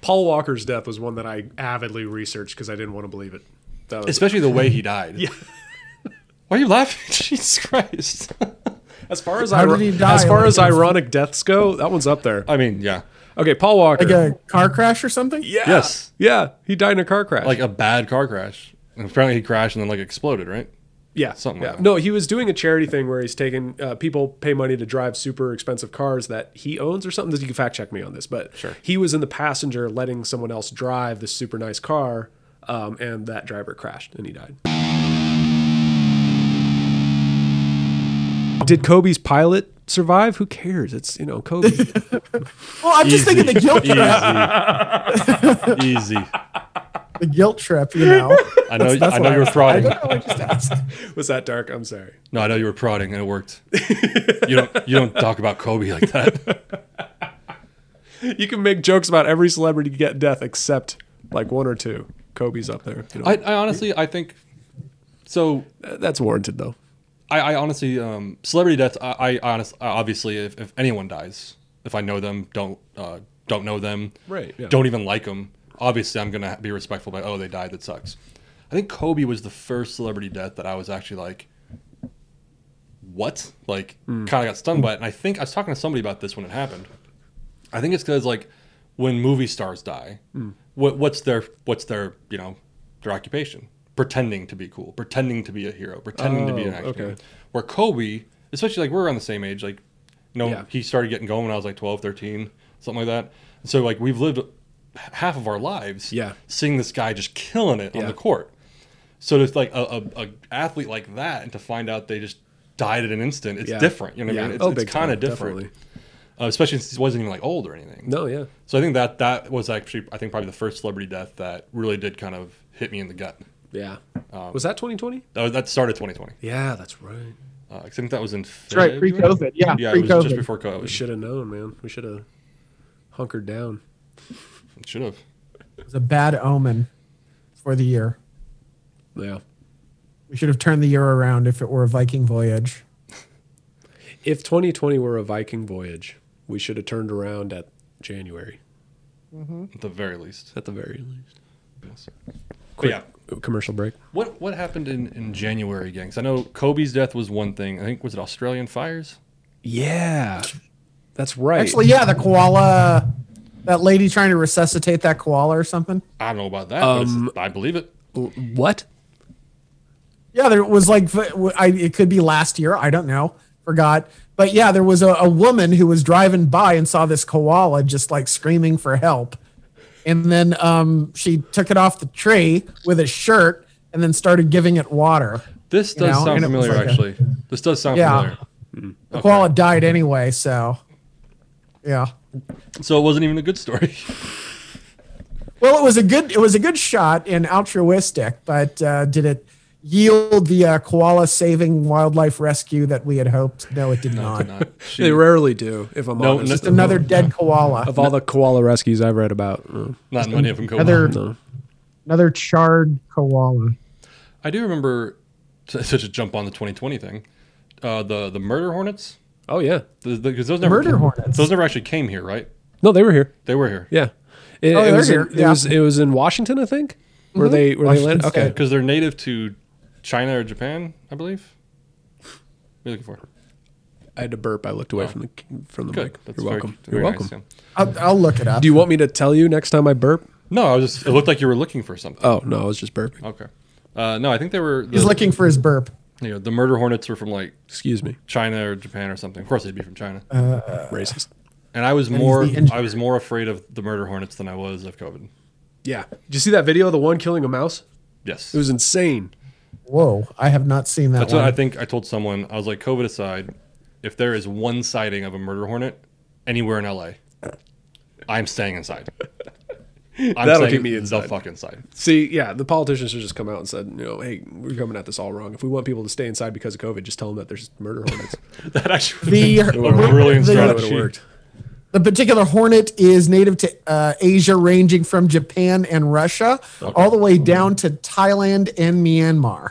[SPEAKER 2] Paul Walker's death was one that I avidly researched because I didn't want to believe it. That was,
[SPEAKER 1] Especially the way he died. yeah. Why are you laughing? Jesus Christ.
[SPEAKER 2] as far as
[SPEAKER 3] How
[SPEAKER 2] ir-
[SPEAKER 3] did he die?
[SPEAKER 2] as far
[SPEAKER 3] Like,
[SPEAKER 2] as
[SPEAKER 3] it was-
[SPEAKER 2] ironic deaths go, that one's up there.
[SPEAKER 1] I mean, yeah.
[SPEAKER 2] Okay, Paul Walker.
[SPEAKER 3] Like a car crash or something?
[SPEAKER 2] yeah.
[SPEAKER 1] Yes.
[SPEAKER 2] Yeah, he died in a car crash.
[SPEAKER 1] Like a bad car crash. And apparently he crashed and then like exploded, right?
[SPEAKER 2] yeah,
[SPEAKER 1] something
[SPEAKER 2] yeah.
[SPEAKER 1] like that.
[SPEAKER 2] No, he was doing a charity thing where he's taking uh, people pay money to drive super expensive cars that he owns or something. You can fact check me on this, but
[SPEAKER 1] Sure.
[SPEAKER 2] he was in the passenger letting someone else drive this super nice car, um, and that driver crashed and he died. Did Kobe's pilot survive? Who cares? It's you know Kobe.
[SPEAKER 3] Well, I'm just
[SPEAKER 1] Easy.
[SPEAKER 3] thinking the guilt trip.
[SPEAKER 1] Easy. Easy.
[SPEAKER 3] The guilt trip, you know.
[SPEAKER 1] I know
[SPEAKER 3] That's
[SPEAKER 1] I
[SPEAKER 3] what
[SPEAKER 1] know you were
[SPEAKER 3] was- I
[SPEAKER 1] prodding.
[SPEAKER 3] don't know what just asked.
[SPEAKER 2] Was that dark? I'm sorry.
[SPEAKER 1] No, I know you were prodding and it worked. you don't you don't talk about Kobe like that.
[SPEAKER 2] You can make jokes about every celebrity to get death except like one or two. Kobe's up there. you know.
[SPEAKER 1] I, I honestly I think so
[SPEAKER 2] That's warranted though.
[SPEAKER 1] I, I honestly, um, celebrity deaths. I, I honest, I- obviously, if, if anyone dies, if I know them, don't uh, don't know them,
[SPEAKER 2] Right, yeah.
[SPEAKER 1] Don't even like them. Obviously, I'm gonna be respectful. By oh, they died. That sucks. I think Kobe was the first celebrity death that I was actually like, what? Like,
[SPEAKER 2] Hmm.
[SPEAKER 1] kind of got stunned by it. And I think I was talking to somebody about this when it happened. I think it's because like when movie stars die,
[SPEAKER 2] Hmm.
[SPEAKER 1] what, what's their what's their you know their occupation? Pretending to be cool, pretending to be a hero, pretending to be an
[SPEAKER 2] Oh,
[SPEAKER 1] action.
[SPEAKER 2] okay.
[SPEAKER 1] hero. Where Kobe, especially like we're around the same age, like you know
[SPEAKER 2] Yeah.
[SPEAKER 1] he started getting going when I was like 12, 13, something like that. So like we've lived h- half of our lives,
[SPEAKER 2] Yeah.
[SPEAKER 1] seeing this guy just killing it on
[SPEAKER 2] Yeah.
[SPEAKER 1] the court. So it's like a, a, a athlete like that, and to find out they just died at an instant, it's
[SPEAKER 2] Yeah.
[SPEAKER 1] different. You know what
[SPEAKER 2] Yeah.
[SPEAKER 1] I mean? It's,
[SPEAKER 2] Oh, big
[SPEAKER 1] it's kind
[SPEAKER 2] time,
[SPEAKER 1] of different,
[SPEAKER 2] definitely.
[SPEAKER 1] uh, especially since he wasn't even like old or anything.
[SPEAKER 2] No, yeah.
[SPEAKER 1] So I think that that was actually I think probably the first celebrity death that really did kind of hit me in the gut.
[SPEAKER 2] Yeah.
[SPEAKER 1] Um,
[SPEAKER 2] was that 2020?
[SPEAKER 1] That, was, that started 2020.
[SPEAKER 2] Yeah, that's right.
[SPEAKER 1] Uh, I think that was in
[SPEAKER 3] That's right,
[SPEAKER 1] February?
[SPEAKER 3] pre-COVID. Yeah,
[SPEAKER 1] Yeah, it was
[SPEAKER 3] pre-COVID.
[SPEAKER 1] just before
[SPEAKER 2] We
[SPEAKER 1] COVID.
[SPEAKER 2] should have known, man. We should have hunkered down.
[SPEAKER 1] Should have.
[SPEAKER 3] It was a bad omen for the year.
[SPEAKER 2] Yeah.
[SPEAKER 3] We should have turned the year around if it were a Viking voyage.
[SPEAKER 2] If 2020 were a Viking voyage, we should have turned around at January
[SPEAKER 1] At the very least.
[SPEAKER 2] at the very least.
[SPEAKER 1] Yes. But
[SPEAKER 2] Quick
[SPEAKER 1] yeah.
[SPEAKER 2] commercial break.
[SPEAKER 1] What what happened in, in January, gangs? I know Kobe's death was one thing. I think was it Australian fires?
[SPEAKER 2] Yeah. That's right.
[SPEAKER 3] Actually, yeah, the koala, that lady trying to resuscitate that koala or something.
[SPEAKER 1] I don't know about that,
[SPEAKER 2] Um,
[SPEAKER 1] but it's, I believe it.
[SPEAKER 2] L- what?
[SPEAKER 3] Yeah, there was like v- I, it could be last year. I don't know. Forgot. But yeah, there was a, a woman who was driving by and saw this koala just like screaming for help. And then um, she took it off the tree with a shirt and then started giving it water.
[SPEAKER 1] This
[SPEAKER 3] you
[SPEAKER 1] does
[SPEAKER 3] know,
[SPEAKER 1] sound
[SPEAKER 3] and it was
[SPEAKER 1] familiar,
[SPEAKER 3] like a-
[SPEAKER 1] actually. This does sound
[SPEAKER 3] Yeah.
[SPEAKER 1] familiar.
[SPEAKER 3] The koala died anyway, so yeah.
[SPEAKER 1] So it wasn't even a good story.
[SPEAKER 3] Well, it was a good it was a good shot and altruistic, but uh, did it yield the uh, koala saving wildlife rescue that we had hoped? No, it did not.
[SPEAKER 1] Not- she-
[SPEAKER 2] They rarely do, if I'm
[SPEAKER 1] No, Mm.
[SPEAKER 2] honest.
[SPEAKER 1] just
[SPEAKER 3] Another dead koala.
[SPEAKER 2] of all the koala rescues I've read about. uh,
[SPEAKER 1] not many of them. Kobe.
[SPEAKER 3] Another
[SPEAKER 2] no.
[SPEAKER 3] another charred koala.
[SPEAKER 1] I do remember to, to jump on the 2020 thing, uh, the the murder hornets,
[SPEAKER 2] Oh yeah.
[SPEAKER 1] because those never
[SPEAKER 3] Murder hornets?
[SPEAKER 1] Those never actually came here, right?
[SPEAKER 2] No, they were here.
[SPEAKER 1] They were here.
[SPEAKER 2] Yeah. It,
[SPEAKER 3] Oh,
[SPEAKER 2] it
[SPEAKER 3] they're
[SPEAKER 2] was
[SPEAKER 3] here,
[SPEAKER 2] In, it
[SPEAKER 3] yeah.
[SPEAKER 2] was it was in Washington, I think. Were they were they land?
[SPEAKER 3] Washington
[SPEAKER 2] Okay.
[SPEAKER 1] because they're native to China or Japan, I believe. What are you looking for?
[SPEAKER 2] I had to burp. I looked away from the from the
[SPEAKER 1] Oh. Good.
[SPEAKER 2] mic.
[SPEAKER 1] That's
[SPEAKER 2] You're
[SPEAKER 1] very-
[SPEAKER 2] welcome.
[SPEAKER 1] very
[SPEAKER 2] You're welcome.
[SPEAKER 1] nice, yeah.
[SPEAKER 3] I'll, I'll look it up.
[SPEAKER 2] Do you want me to tell you next time I burp?
[SPEAKER 1] No, I was just. It looked like you were looking for something.
[SPEAKER 2] Oh no, I was just burping.
[SPEAKER 1] Okay. Uh, no, I think they were. The,
[SPEAKER 3] He's looking for his burp.
[SPEAKER 1] You know, the murder hornets were from like
[SPEAKER 2] Excuse me,
[SPEAKER 1] China or Japan or something. Of course, they'd be from China.
[SPEAKER 2] Uh, racist.
[SPEAKER 1] and I was
[SPEAKER 3] he's
[SPEAKER 1] more.
[SPEAKER 3] the engineer.
[SPEAKER 1] I was more afraid of the murder hornets than I was of COVID.
[SPEAKER 2] Yeah. Did you see that video of the one killing a mouse?
[SPEAKER 1] Yes.
[SPEAKER 2] It was insane.
[SPEAKER 3] Whoa, I have not seen that
[SPEAKER 1] That's
[SPEAKER 3] one.
[SPEAKER 1] what I think. I told someone. I was like, COVID aside, if there is one sighting of a murder hornet anywhere in LA, I'm staying inside. I'm
[SPEAKER 2] That'll keep me
[SPEAKER 1] The
[SPEAKER 2] inside.
[SPEAKER 1] fuck inside.
[SPEAKER 2] See, yeah, the politicians should just come out and said, you know, hey, we're coming at this all wrong. If we want people to stay inside because of COVID, just tell them that there's murder hornets.
[SPEAKER 1] That actually
[SPEAKER 3] the,
[SPEAKER 1] would have been a brilliant
[SPEAKER 3] the-
[SPEAKER 2] that would
[SPEAKER 1] strategy.
[SPEAKER 2] have worked.
[SPEAKER 3] The particular hornet is native to uh, Asia, ranging from Japan and Russia all the way down to Thailand and Myanmar.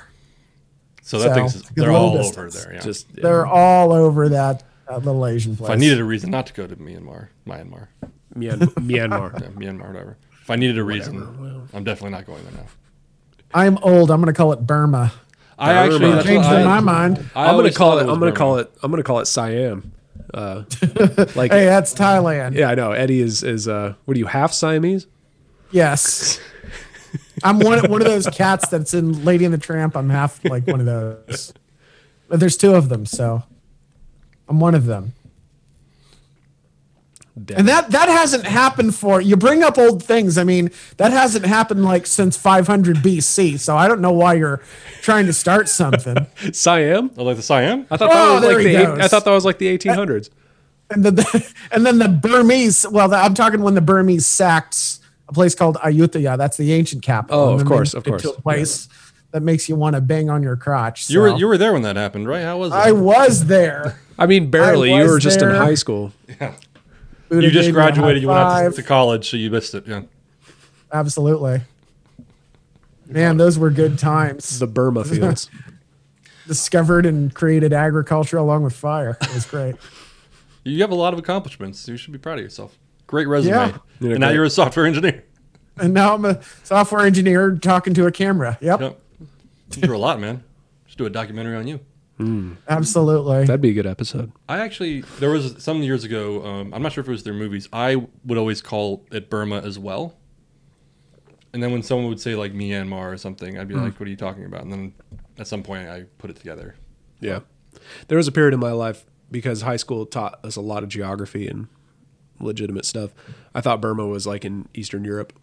[SPEAKER 1] So that
[SPEAKER 3] So,
[SPEAKER 1] thing's
[SPEAKER 3] it's a
[SPEAKER 1] they're
[SPEAKER 3] long
[SPEAKER 1] all over
[SPEAKER 3] distance.
[SPEAKER 1] there. Yeah.
[SPEAKER 2] Just yeah.
[SPEAKER 3] They're all over that uh, little Asian place.
[SPEAKER 1] if I needed a reason not to go to Myanmar, Myanmar,
[SPEAKER 2] Myan- Myanmar.
[SPEAKER 1] yeah, Myanmar, whatever. If I needed a reason, I'm definitely not going there now.
[SPEAKER 3] I'm old. I'm going to call it Burma.
[SPEAKER 1] I actually
[SPEAKER 2] Burma.
[SPEAKER 1] that's
[SPEAKER 3] Changed
[SPEAKER 1] what I,
[SPEAKER 3] my mind.
[SPEAKER 1] I
[SPEAKER 2] I'm gonna
[SPEAKER 1] always
[SPEAKER 2] call
[SPEAKER 1] thought
[SPEAKER 2] it. I'm gonna
[SPEAKER 1] was
[SPEAKER 2] call
[SPEAKER 1] Burma.
[SPEAKER 2] it. I'm gonna call it Siam. Uh, like,
[SPEAKER 3] Hey, that's Thailand.
[SPEAKER 2] yeah, I know. Eddie is is uh, what are you half Siamese?
[SPEAKER 3] Yes. I'm one one of those cats that's in Lady and the Tramp. I'm half like one of those. But there's two of them, so I'm one of them.
[SPEAKER 2] Damn.
[SPEAKER 3] And that that hasn't happened for you bring up old things. I mean, that hasn't happened like since 500 BC. So I don't know why you're trying to start something.
[SPEAKER 2] Siam.
[SPEAKER 1] I Oh, like the Siam.
[SPEAKER 2] I thought
[SPEAKER 3] Oh,
[SPEAKER 2] that was
[SPEAKER 3] there
[SPEAKER 2] like
[SPEAKER 3] he
[SPEAKER 2] the.
[SPEAKER 3] goes.
[SPEAKER 2] Eight, I thought that was like the 1800s.
[SPEAKER 3] and then the, and then the Burmese. Well, the, I'm talking when the Burmese sacked a place called Ayutthaya. That's the ancient capital.
[SPEAKER 2] Oh,
[SPEAKER 3] And
[SPEAKER 2] of
[SPEAKER 3] then
[SPEAKER 2] course,
[SPEAKER 3] they
[SPEAKER 2] of
[SPEAKER 3] moved it
[SPEAKER 2] course.
[SPEAKER 3] To a place that makes you want to bang on your crotch.
[SPEAKER 1] You were
[SPEAKER 3] so.
[SPEAKER 1] you were there when that happened, right? How was it?
[SPEAKER 3] I was there.
[SPEAKER 2] I mean, barely.
[SPEAKER 3] I
[SPEAKER 2] you
[SPEAKER 3] was
[SPEAKER 2] were just in
[SPEAKER 3] there.
[SPEAKER 2] high school.
[SPEAKER 3] Buddha
[SPEAKER 1] you just
[SPEAKER 3] gave me a high
[SPEAKER 1] graduated. You went out
[SPEAKER 3] five.
[SPEAKER 1] to, to college, so you missed it. Yeah.
[SPEAKER 3] Absolutely. Man, those were good times.
[SPEAKER 2] The Burma fields.
[SPEAKER 3] Discovered and created agriculture along with fire. It was great.
[SPEAKER 1] You have a lot of accomplishments. You should be proud of yourself. Great resume.
[SPEAKER 3] Yeah.
[SPEAKER 1] And
[SPEAKER 2] Yeah,
[SPEAKER 1] now
[SPEAKER 2] great.
[SPEAKER 1] you're a software engineer.
[SPEAKER 3] and now I'm a software engineer talking to a camera. Yep,
[SPEAKER 1] Yep. You do a lot, man. Just do a documentary on you.
[SPEAKER 3] absolutely.
[SPEAKER 2] That'd be a good episode.
[SPEAKER 1] I actually there was some years ago. Um, I'm not sure if it was their movies. I would always call it Burma as well. And then when someone would say like Myanmar or something, I'd be
[SPEAKER 2] Hmm.
[SPEAKER 1] like, "What are you talking about?" And then at some point, I put it together.
[SPEAKER 2] Yeah. There was a period in my life because high school taught us a lot of geography and legitimate stuff. I thought Burma was like in Eastern Europe.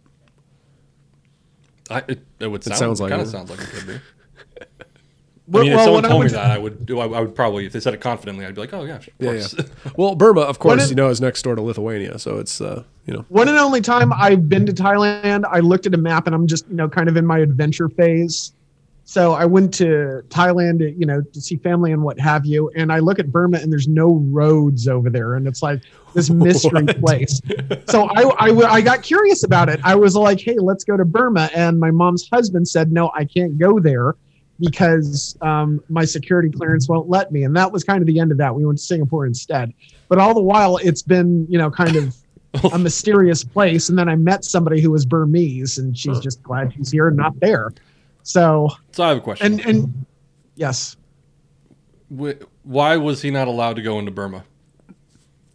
[SPEAKER 1] I, it, it would sound,
[SPEAKER 2] sounds
[SPEAKER 1] it
[SPEAKER 2] like
[SPEAKER 1] kind of
[SPEAKER 2] it.
[SPEAKER 1] sounds like it could be. I
[SPEAKER 2] Well,
[SPEAKER 1] mean, if someone
[SPEAKER 2] when I
[SPEAKER 1] told
[SPEAKER 2] went
[SPEAKER 1] me that, I would. I would probably, if they said it confidently, I'd be like, "Oh yeah, of
[SPEAKER 2] Yeah,
[SPEAKER 1] course."
[SPEAKER 2] yeah. Well, Burma, of course,
[SPEAKER 3] is-
[SPEAKER 2] you know, is next door to Lithuania, so it's uh, you know,
[SPEAKER 3] One and only time I've been to Thailand, I looked at a map and I'm just, you know, kind of in my adventure phase. So I went to Thailand, you know, to see family and what have you. And I look at Burma and there's no roads over there. And it's like this mystery place. So I, I, w- I got curious about it. I was like, hey, let's go to Burma. And my mom's husband said, no, I can't go there because um, my security clearance won't let me. And that was kind of the end of that. We went to Singapore instead. But all the while, it's been, you know, kind of a mysterious place. And then I met somebody who was Burmese, and she's just glad she's here and not there. So,
[SPEAKER 1] so I have a question.
[SPEAKER 3] and and yes,
[SPEAKER 1] Wh- Why was he not allowed to go into Burma?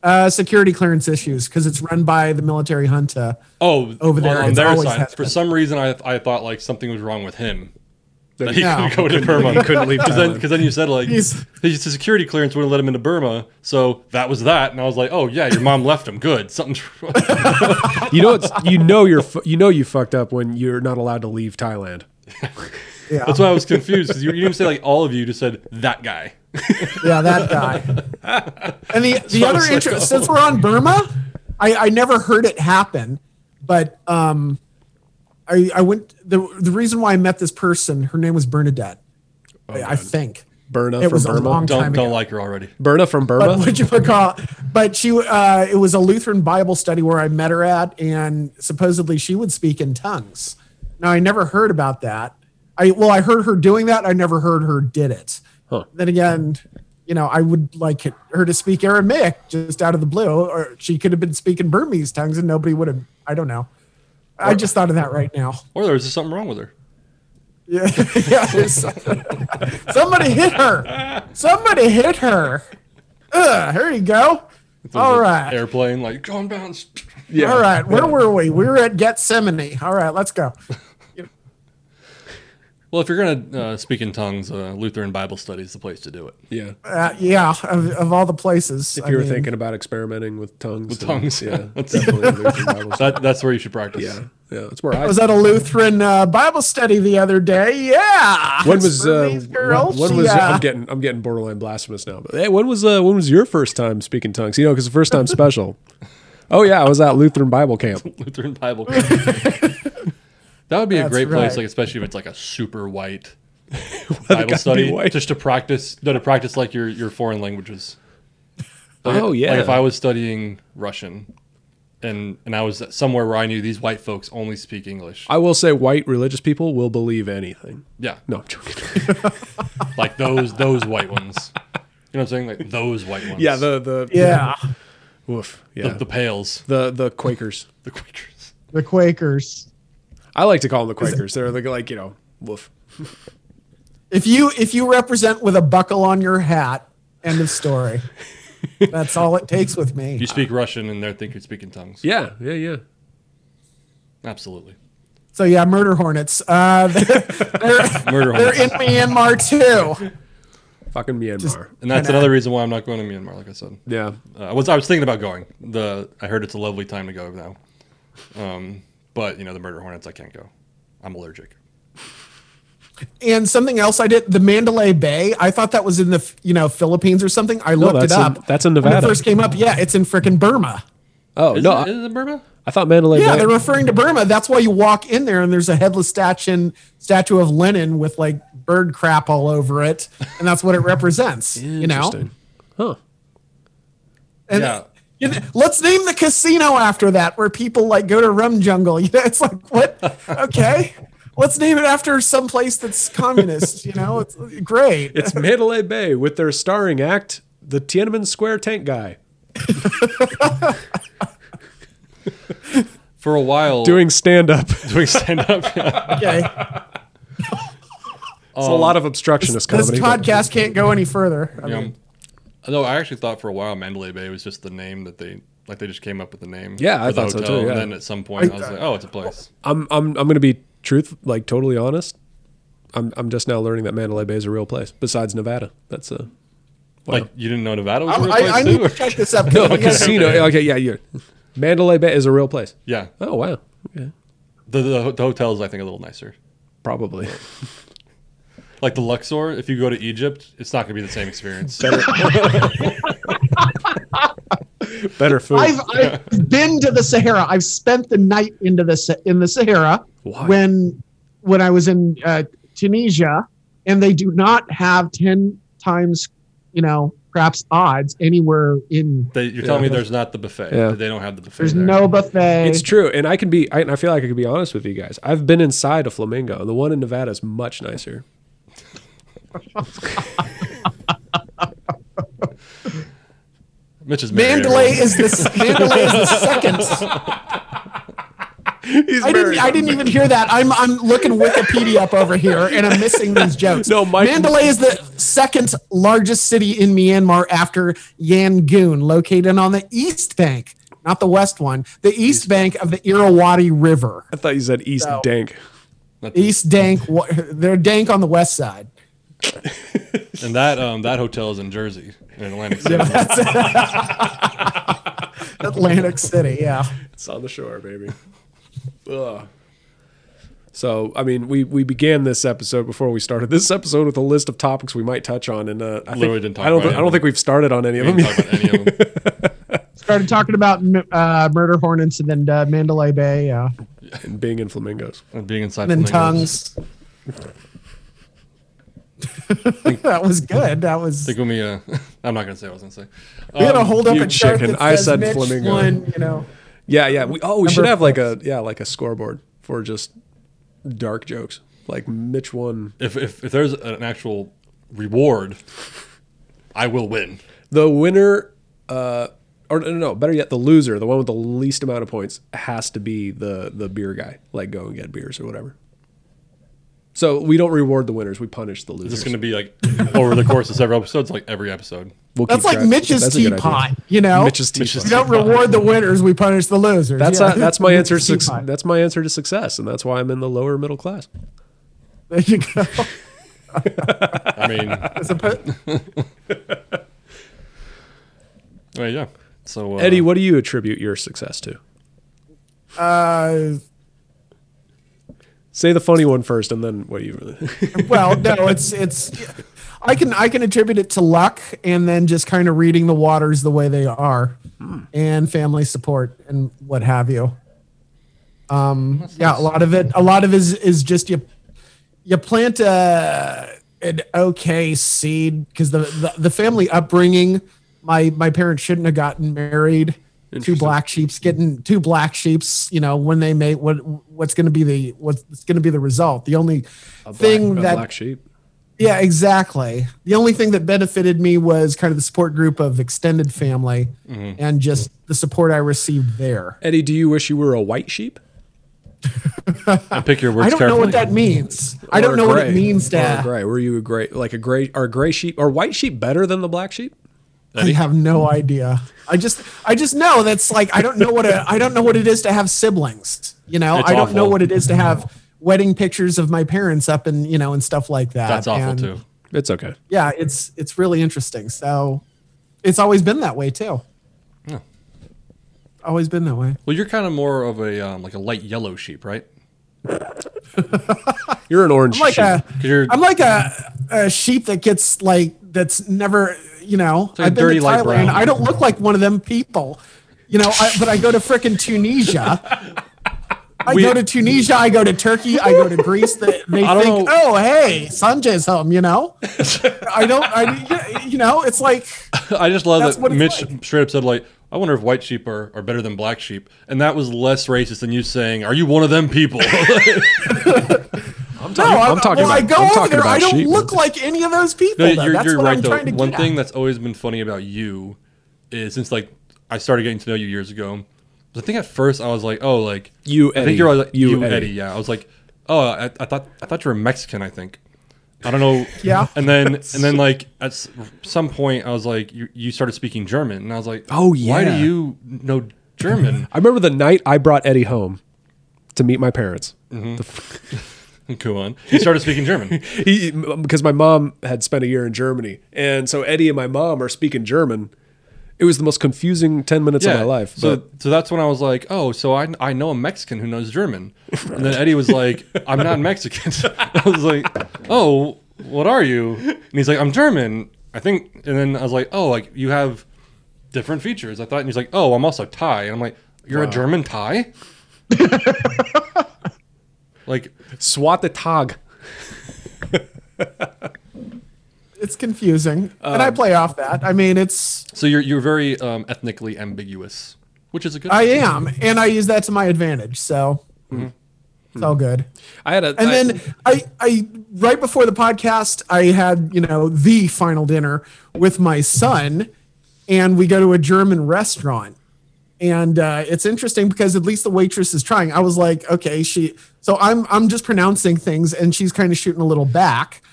[SPEAKER 3] uh, security clearance issues because it's run by the military junta.
[SPEAKER 1] Oh,
[SPEAKER 3] Over there,
[SPEAKER 1] on, on
[SPEAKER 3] it's
[SPEAKER 1] their
[SPEAKER 3] always
[SPEAKER 1] side.
[SPEAKER 3] has
[SPEAKER 1] For
[SPEAKER 3] been.
[SPEAKER 1] some reason, I, I thought like something was wrong with him that he
[SPEAKER 3] No.
[SPEAKER 1] couldn't go to Burma.
[SPEAKER 2] he couldn't leave
[SPEAKER 1] Because then,
[SPEAKER 2] Thailand.
[SPEAKER 1] 'cause then you said like his
[SPEAKER 3] He's-
[SPEAKER 1] his security clearance wouldn't let him into Burma, so that was that. And I was like, oh yeah, your mom left him. Good, something's wrong.
[SPEAKER 2] you know, it's you know, you're fu- you know, you fucked up when you're not allowed to leave Thailand.
[SPEAKER 3] Yeah,
[SPEAKER 1] That's why I was confused because you, you didn't say like all of you. You just said that guy.
[SPEAKER 3] yeah, that guy. And the the
[SPEAKER 1] So I
[SPEAKER 3] other
[SPEAKER 1] was like,
[SPEAKER 3] interest,
[SPEAKER 1] oh.
[SPEAKER 3] since we're on Burma, I I never heard it happen, but um, I I went the the reason why I met this person, her name was Bernadette,
[SPEAKER 1] Oh,
[SPEAKER 3] I, I think.
[SPEAKER 2] Burma
[SPEAKER 3] It
[SPEAKER 2] from
[SPEAKER 3] was a
[SPEAKER 2] Burma.
[SPEAKER 3] long-
[SPEAKER 1] Don't
[SPEAKER 3] Time
[SPEAKER 1] don't
[SPEAKER 3] ago.
[SPEAKER 1] like her already.
[SPEAKER 2] Burma from
[SPEAKER 3] but
[SPEAKER 2] Burma.
[SPEAKER 3] what you recall, but she, uh, it was a Lutheran Bible study where I met her at, and supposedly she would speak in tongues. Now I never heard about that, I well, I heard her doing that. I never heard her did it.
[SPEAKER 2] Huh.
[SPEAKER 3] Then again, you know, I would like it- her to speak Aramaic just out of the blue, or she could have been speaking Burmese tongues and nobody would have. I don't know. I just thought of that right now.
[SPEAKER 1] Or there was just something wrong with her.
[SPEAKER 3] Yeah, yeah there's- somebody hit her. Somebody hit her. Ugh, here you go. All right.
[SPEAKER 1] Airplane, like, John Bounce.
[SPEAKER 2] Yeah.
[SPEAKER 3] All right, where were we? We were at Gethsemane. All right, let's go.
[SPEAKER 1] Well, if you're going to uh, speak in tongues, uh, Lutheran Bible study is the place to do it.
[SPEAKER 2] Yeah.
[SPEAKER 3] Uh, yeah, of, of all the places.
[SPEAKER 2] If you were thinking about experimenting with tongues. With
[SPEAKER 1] tongues, yeah.
[SPEAKER 2] Yeah. definitely a Lutheran Bible study.
[SPEAKER 1] That, that's where you should practice.
[SPEAKER 2] yeah. Yeah. That's where I
[SPEAKER 3] I was at a Lutheran uh, Bible study the other day. Yeah.
[SPEAKER 2] When was uh,
[SPEAKER 3] Burmese girl,
[SPEAKER 2] when, when
[SPEAKER 3] she,
[SPEAKER 2] was
[SPEAKER 3] uh,
[SPEAKER 2] I'm getting I'm getting borderline blasphemous now. But hey, when was uh, when was your first time speaking tongues? You know, because the first time special. Oh yeah, I was at Lutheran Bible camp.
[SPEAKER 1] Lutheran Bible. that would be a
[SPEAKER 3] That's
[SPEAKER 1] great place,
[SPEAKER 3] right.
[SPEAKER 1] like especially if it's like a super white
[SPEAKER 2] gotta be
[SPEAKER 1] Bible study,
[SPEAKER 2] white.
[SPEAKER 1] just to practice, no, to practice like your your foreign languages.
[SPEAKER 2] Oh yeah,
[SPEAKER 1] Like if I was studying Russian, and and I was somewhere where I knew these white folks only speak English.
[SPEAKER 2] I will say white religious people will believe anything.
[SPEAKER 1] yeah,
[SPEAKER 2] No, I'm joking.
[SPEAKER 1] like those those white ones. You know what I'm saying? Like those white ones.
[SPEAKER 2] yeah, the the
[SPEAKER 3] yeah,
[SPEAKER 2] woof,
[SPEAKER 1] the,
[SPEAKER 2] yeah,
[SPEAKER 1] the
[SPEAKER 2] the,
[SPEAKER 1] pales,
[SPEAKER 2] the Quakers.
[SPEAKER 1] the Quakers.
[SPEAKER 3] the Quakers.
[SPEAKER 2] I like to call them the Quakers. They're like, like you know, woof.
[SPEAKER 3] If you if you represent with a buckle on your hat, end of story. That's all it takes with me.
[SPEAKER 1] You speak Russian, and they think you're speaking tongues.
[SPEAKER 2] Yeah, yeah, yeah.
[SPEAKER 1] absolutely.
[SPEAKER 3] So yeah, murder hornets. Uh, they're,
[SPEAKER 1] Murder.
[SPEAKER 3] they're
[SPEAKER 1] hornets.
[SPEAKER 3] in Myanmar too.
[SPEAKER 2] Fucking Myanmar.
[SPEAKER 1] and that's another reason why I'm not going to Myanmar. Like I said.
[SPEAKER 2] yeah,
[SPEAKER 1] Uh, I was I was thinking about going. The I heard it's a lovely time to go now, um, but you know the murder hornets I can't go. I'm allergic.
[SPEAKER 3] And something else I did, the Mandalay Bay. I thought that was in the you know Philippines or something. I looked it
[SPEAKER 2] that's in-
[SPEAKER 3] up.
[SPEAKER 2] that's in
[SPEAKER 3] When
[SPEAKER 2] Nevada.
[SPEAKER 3] it first came up, yeah, it's in frickin' Burma.
[SPEAKER 2] Oh
[SPEAKER 1] Is
[SPEAKER 2] no,
[SPEAKER 1] it,
[SPEAKER 2] I,
[SPEAKER 1] is it Burma?
[SPEAKER 2] I thought Mandalay.
[SPEAKER 3] Yeah,
[SPEAKER 2] Bay-
[SPEAKER 3] they're referring to Burma. That's why you walk in there and there's a headless statue statue of Lenin with like bird crap all over it, and that's what it represents. you know,
[SPEAKER 2] Interesting. Huh.
[SPEAKER 3] and
[SPEAKER 1] Yeah.
[SPEAKER 3] you know, let's name the casino after that, where people like go to Rum Jungle. You know, it's like what? Okay, let's name it after some place that's communist. You know, it's uh, great.
[SPEAKER 2] It's Mandalay Bay with their starring act, the Tiananmen Square tank guy,
[SPEAKER 1] For a while,
[SPEAKER 2] doing stand up.
[SPEAKER 1] doing stand up.
[SPEAKER 3] Okay,
[SPEAKER 2] It's a lot of obstructionist
[SPEAKER 3] this
[SPEAKER 2] comedy. but-
[SPEAKER 3] podcast can't go any further. I mean,
[SPEAKER 1] Although I actually thought for a while Mandalay Bay was just the name that they like they just came up with the name.
[SPEAKER 2] Yeah, I
[SPEAKER 1] for the
[SPEAKER 2] thought so
[SPEAKER 1] hotel,
[SPEAKER 2] too, yeah.
[SPEAKER 1] And then at some point I, was like, oh, it's a place.
[SPEAKER 2] I'm I'm I'm going to be truth like totally honest. I'm I'm just now learning that Mandalay Bay is a real place besides Nevada. That's a
[SPEAKER 1] Like you didn't know Nevada was a real
[SPEAKER 3] I,
[SPEAKER 1] place
[SPEAKER 3] I
[SPEAKER 1] too.
[SPEAKER 3] need to
[SPEAKER 1] or-
[SPEAKER 3] check this up.
[SPEAKER 2] a casino. Okay, yeah, yeah. Mandalay Bay is a real place.
[SPEAKER 1] yeah,
[SPEAKER 2] Oh wow. Okay.
[SPEAKER 1] the, the the hotels I think a little nicer.
[SPEAKER 2] Probably.
[SPEAKER 1] Like the Luxor, if you go to Egypt, it's not going to be the same experience.
[SPEAKER 2] Better food.
[SPEAKER 3] I've, I've been to the Sahara. I've spent the night into the Sa- in the Sahara
[SPEAKER 2] Why?
[SPEAKER 3] when when I was in uh, Tunisia, and they do not have ten times, you know, perhaps odds anywhere in.
[SPEAKER 1] they, you're telling
[SPEAKER 2] Yeah.
[SPEAKER 1] me there's not the buffet.
[SPEAKER 2] Yeah.
[SPEAKER 1] They don't have the buffet.
[SPEAKER 3] There's
[SPEAKER 1] there.
[SPEAKER 3] no buffet.
[SPEAKER 2] It's true, and I can be. I, and I feel like I could be honest with you guys. I've been inside a flamingo, and the one in Nevada is much nicer.
[SPEAKER 1] Mitch is married,
[SPEAKER 3] Mandalay
[SPEAKER 1] everyone.
[SPEAKER 3] is the s- Mandalay is the second. I didn't. I didn't even hear that. I'm. I'm looking Wikipedia up over here, and I'm missing these jokes.
[SPEAKER 2] No, Mike-
[SPEAKER 3] Mandalay is the second largest city in Myanmar after Yangon, located on the east bank, not the west one, the east bank of the Irrawaddy River.
[SPEAKER 2] I thought you said East
[SPEAKER 3] So-
[SPEAKER 2] Dank.
[SPEAKER 1] Not the-
[SPEAKER 3] East dank. wa- They're dank on the west side.
[SPEAKER 1] And that um, that hotel is in Jersey, in Atlantic City.
[SPEAKER 3] Atlantic City. Yeah.
[SPEAKER 2] It's on the shore, baby. Ugh. So, I mean, we, we began this episode before we started this episode with a list of topics we might touch on, and uh, I
[SPEAKER 1] Literally
[SPEAKER 2] think,
[SPEAKER 1] didn't talk
[SPEAKER 2] I don't,
[SPEAKER 1] about
[SPEAKER 2] thi- I don't
[SPEAKER 1] any.
[SPEAKER 2] think we've started on any of
[SPEAKER 1] We
[SPEAKER 2] them.
[SPEAKER 1] didn't talk
[SPEAKER 2] Yet.
[SPEAKER 1] about any of them.
[SPEAKER 3] Started talking about uh, murder hornets and then uh, Mandalay Bay. Yeah.
[SPEAKER 2] Oh And being in flamingos,
[SPEAKER 1] And being inside
[SPEAKER 3] And then
[SPEAKER 1] flamingos.
[SPEAKER 3] tongues. that was good. That was.
[SPEAKER 1] I think when we, uh, I'm not gonna say Uh, what I was gonna say.
[SPEAKER 3] We gotta hold up
[SPEAKER 2] um, you
[SPEAKER 3] a chart
[SPEAKER 2] chicken.
[SPEAKER 3] that
[SPEAKER 2] I
[SPEAKER 3] says
[SPEAKER 2] said
[SPEAKER 3] Mitch
[SPEAKER 2] flamingo.
[SPEAKER 3] won, you know.
[SPEAKER 2] yeah, yeah. We, oh, we should
[SPEAKER 3] Number
[SPEAKER 2] have like a yeah, like a scoreboard for just dark jokes. like Mitch won.
[SPEAKER 1] If if, if there's an actual reward, I will win.
[SPEAKER 2] The winner, uh, or no, no, no, better yet, the loser, the one with the least amount of points, has to be the the beer guy. Like go and get beers or whatever. So we don't reward the winners; we punish the
[SPEAKER 1] Is
[SPEAKER 2] losers.
[SPEAKER 1] this going to be like over the course of several episodes, like every episode?
[SPEAKER 2] We'll
[SPEAKER 3] That's
[SPEAKER 2] keep
[SPEAKER 3] like
[SPEAKER 2] track.
[SPEAKER 3] Mitch's
[SPEAKER 2] That's a good idea.
[SPEAKER 3] teapot, you know?
[SPEAKER 2] Mitch's
[SPEAKER 1] Mitch's
[SPEAKER 2] teapot.
[SPEAKER 3] We don't reward the winners, we punish the losers.
[SPEAKER 2] That's
[SPEAKER 3] Yeah.
[SPEAKER 2] uh, that's my answer. To
[SPEAKER 3] Mitch's
[SPEAKER 2] suc
[SPEAKER 3] teapot.
[SPEAKER 2] that's my answer to success, and that's why I'm in the lower middle class.
[SPEAKER 3] There you go.
[SPEAKER 1] I mean, I
[SPEAKER 3] As oppo-
[SPEAKER 1] mean, yeah. So uh,
[SPEAKER 2] Eddie, what do you attribute your success to?
[SPEAKER 3] uh,
[SPEAKER 2] Say the funny one first, and then what do you really?
[SPEAKER 3] well, no, it's it's. I can I can attribute it to luck and then just kind of reading the waters the way they are, Hmm. and family support and what have you. Um, yeah, a lot of it. A lot of it is is just you. You plant a an okay seed because the, the the family upbringing. My my parents shouldn't have gotten married. Two black sheeps getting two black sheeps. You know when they mate, what what's going to be the what's going to be the result? The only thing
[SPEAKER 2] A
[SPEAKER 3] that
[SPEAKER 2] black sheep.
[SPEAKER 3] yeah, exactly. The only thing that benefited me was kind of the support group of extended family
[SPEAKER 1] Mm-hmm.
[SPEAKER 3] and just the support I received there.
[SPEAKER 2] Eddie, do you wish you were a white sheep?
[SPEAKER 1] and pick your words
[SPEAKER 3] I don't know
[SPEAKER 1] carefully.
[SPEAKER 3] what that means. I
[SPEAKER 2] Or
[SPEAKER 3] don't
[SPEAKER 2] a
[SPEAKER 3] know what it
[SPEAKER 2] gray?
[SPEAKER 3] means to
[SPEAKER 2] Or a gray. Were you a gray, like a gray, are gray sheep, or white sheep better than the black sheep?
[SPEAKER 3] I have no idea. I just I just know that's like I don't know what a I don't know what it is to have siblings. You know,
[SPEAKER 1] It's
[SPEAKER 3] I don't know
[SPEAKER 1] awful.
[SPEAKER 3] what it is to have wedding pictures of my parents up and you know and stuff like that.
[SPEAKER 1] That's awful
[SPEAKER 3] And,
[SPEAKER 1] too.
[SPEAKER 2] It's okay.
[SPEAKER 3] Yeah, it's it's really interesting. So it's always been that way too.
[SPEAKER 1] Yeah.
[SPEAKER 3] Always been that way.
[SPEAKER 1] Well, you're kind of more of a um, like a light yellow sheep, right?
[SPEAKER 2] You're an orange
[SPEAKER 3] I'm like
[SPEAKER 2] sheep.
[SPEAKER 3] a,
[SPEAKER 1] 'Cause you're
[SPEAKER 3] I'm like a, a sheep that gets like that's never you know
[SPEAKER 1] like a
[SPEAKER 3] I've been
[SPEAKER 1] dirty
[SPEAKER 3] to
[SPEAKER 1] light
[SPEAKER 3] Thailand.
[SPEAKER 1] brown.
[SPEAKER 3] I don't look like one of them people, you know. I, but I go to frickin' Tunisia. I
[SPEAKER 1] We-
[SPEAKER 3] go to Tunisia. I go to Turkey. I go to Greece. They, they
[SPEAKER 1] I don't
[SPEAKER 3] think,
[SPEAKER 1] know.
[SPEAKER 3] oh hey, Sanjay's home. You know, I don't. I you know, it's like
[SPEAKER 1] I just love
[SPEAKER 3] That's
[SPEAKER 1] that
[SPEAKER 3] what it's
[SPEAKER 1] Mitch
[SPEAKER 3] like.
[SPEAKER 1] straight up said like, "I wonder if white sheep are, are better than black sheep," and that was less racist than you saying, "Are you one of them people?"
[SPEAKER 2] I'm
[SPEAKER 3] no.
[SPEAKER 2] talking,
[SPEAKER 3] I'm,
[SPEAKER 2] I'm talking about,
[SPEAKER 3] well, I go
[SPEAKER 2] I'm
[SPEAKER 3] over
[SPEAKER 2] talking
[SPEAKER 3] there.
[SPEAKER 2] about
[SPEAKER 3] I don't
[SPEAKER 2] sheep.
[SPEAKER 3] look like any of those people.
[SPEAKER 1] No,
[SPEAKER 3] though.
[SPEAKER 1] you're,
[SPEAKER 3] That's
[SPEAKER 1] you're
[SPEAKER 3] what
[SPEAKER 1] right
[SPEAKER 3] I'm
[SPEAKER 1] though.
[SPEAKER 3] trying to
[SPEAKER 1] One
[SPEAKER 3] get
[SPEAKER 1] thing
[SPEAKER 3] at.
[SPEAKER 1] that's always been funny about you is since like I started getting to know you years ago. I think at first I was like, "Oh, like
[SPEAKER 2] You,
[SPEAKER 1] I
[SPEAKER 2] Eddie.
[SPEAKER 1] think you're like
[SPEAKER 2] You,
[SPEAKER 1] you,
[SPEAKER 2] Eddie.
[SPEAKER 1] Eddie. Yeah, I was like, "Oh, I, I thought I thought you were Mexican." I think I don't know.
[SPEAKER 3] Yeah.
[SPEAKER 1] And then and then like at s- some point I was like, you, you started speaking German, and I was like,
[SPEAKER 2] Oh,
[SPEAKER 1] why do
[SPEAKER 2] yeah.
[SPEAKER 1] you know German?"
[SPEAKER 2] I remember the night I brought Eddie home to meet my parents.
[SPEAKER 1] Go on. You started speaking German.
[SPEAKER 2] He- because my mom had spent a year in Germany, and so Eddie and my mom are speaking German. It was the most confusing ten minutes of my life.
[SPEAKER 1] So,
[SPEAKER 2] but
[SPEAKER 1] so that's when I was like, oh, so I, I know a Mexican who knows German. And then Eddie was like, I'm not Mexican. I was like, oh, what are you? And he's like, I'm German. I think. And then I was like, oh, like you have different features. I thought. And he's like, oh, I'm also Thai. And I'm like, you're a German Thai? like,
[SPEAKER 2] swat the tag.
[SPEAKER 3] it's confusing, and
[SPEAKER 1] Um,
[SPEAKER 3] I play off that. I mean, it's
[SPEAKER 1] so you're, you're very um, ethnically ambiguous, which is a good
[SPEAKER 3] I am, and I use that to my advantage. So it's all good.
[SPEAKER 2] I had a
[SPEAKER 3] And
[SPEAKER 2] I-
[SPEAKER 3] then I, I, right before the podcast, I had you know the final dinner with my son, and we go to a German restaurant, and uh, it's interesting because at least the waitress is trying. I was like, okay, she. So I'm I'm just pronouncing things, and she's kind of shooting a little back.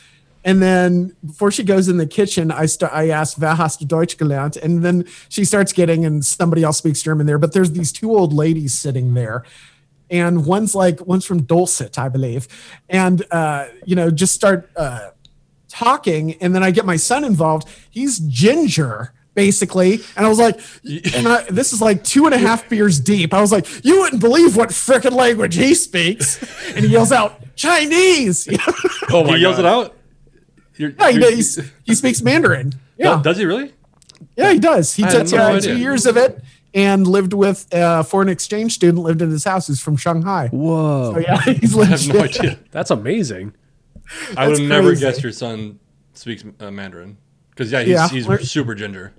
[SPEAKER 3] And then before she goes in the kitchen, I start. I ask, "Wer hast du Deutsch gelernt?" And then she starts getting, and somebody else speaks German there. But there's these two old ladies sitting there, and one's like one's from Dulcet, I believe, and uh, you know just start uh, talking, and then I get my son involved. He's ginger. Basically, and I was like, and I, this is like two and a half beers deep. I was like, you wouldn't believe what frickin' language he speaks, and he yells out Chinese.
[SPEAKER 1] Oh my he yells
[SPEAKER 2] God.
[SPEAKER 1] it out? You're-
[SPEAKER 3] Yeah, he,
[SPEAKER 1] you're-
[SPEAKER 3] he's, he speaks Mandarin. Yeah,
[SPEAKER 1] Does he really?
[SPEAKER 3] yeah, he does. He
[SPEAKER 1] I
[SPEAKER 3] took
[SPEAKER 1] had no
[SPEAKER 3] uh,
[SPEAKER 1] idea.
[SPEAKER 3] two years of it and lived with a foreign exchange student. Lived in his house. He's from Shanghai.
[SPEAKER 2] whoa,
[SPEAKER 3] Oh, yeah, he's
[SPEAKER 1] I have
[SPEAKER 3] legit.
[SPEAKER 1] no idea.
[SPEAKER 2] that's amazing.
[SPEAKER 1] I would
[SPEAKER 3] That's
[SPEAKER 1] have never
[SPEAKER 3] crazy.
[SPEAKER 1] guessed your son speaks uh, Mandarin because yeah, he's,
[SPEAKER 3] Yeah.
[SPEAKER 1] he's
[SPEAKER 3] We're-
[SPEAKER 1] super ginger.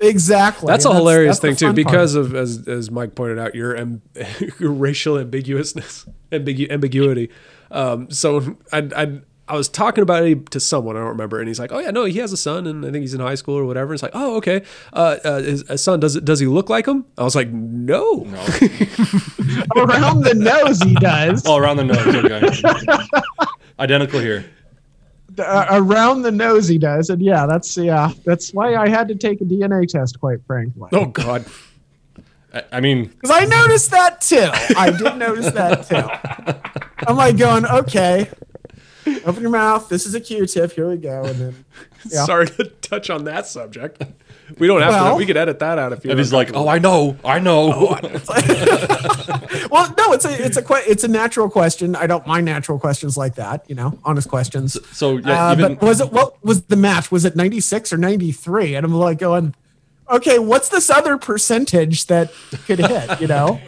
[SPEAKER 3] Exactly.
[SPEAKER 2] That's a
[SPEAKER 3] And
[SPEAKER 2] hilarious
[SPEAKER 3] that's the
[SPEAKER 2] thing too,
[SPEAKER 3] fun part.
[SPEAKER 2] because of as as Mike pointed out, your, am, your racial ambiguousness, ambigu- ambiguity. Um, so I, I I was talking about it to someone I don't remember, and he's like, "Oh yeah, no, he has a son, and I think he's in high school or whatever." It's like, "Oh okay, uh, uh, his, his son does it? Does he look like him?" I was like, "No,
[SPEAKER 3] around the nose he does.
[SPEAKER 1] Oh, around the nose. Okay. Identical here.
[SPEAKER 3] Uh, around the nose he does, and yeah, that's yeah, that's why I had to take a DNA test, quite frankly,
[SPEAKER 2] oh god."
[SPEAKER 1] I, I mean,
[SPEAKER 3] because I noticed that too. I did notice that too. I'm like going, okay, open your mouth. This is a Q-tip. Here we go, and then Yeah.
[SPEAKER 2] Sorry to touch on that subject. We don't have
[SPEAKER 3] Well-
[SPEAKER 2] to. We could edit that out if you.
[SPEAKER 1] if he's like, oh, I know, I know.
[SPEAKER 3] well, no, it's a it's a que- it's a natural question. I don't mind natural questions like that. You know, honest questions.
[SPEAKER 1] so yeah,
[SPEAKER 3] uh,
[SPEAKER 1] even
[SPEAKER 3] but was it what was the match? Was it ninety six or ninety three? And I'm like going, okay, what's this other percentage that could hit? You know,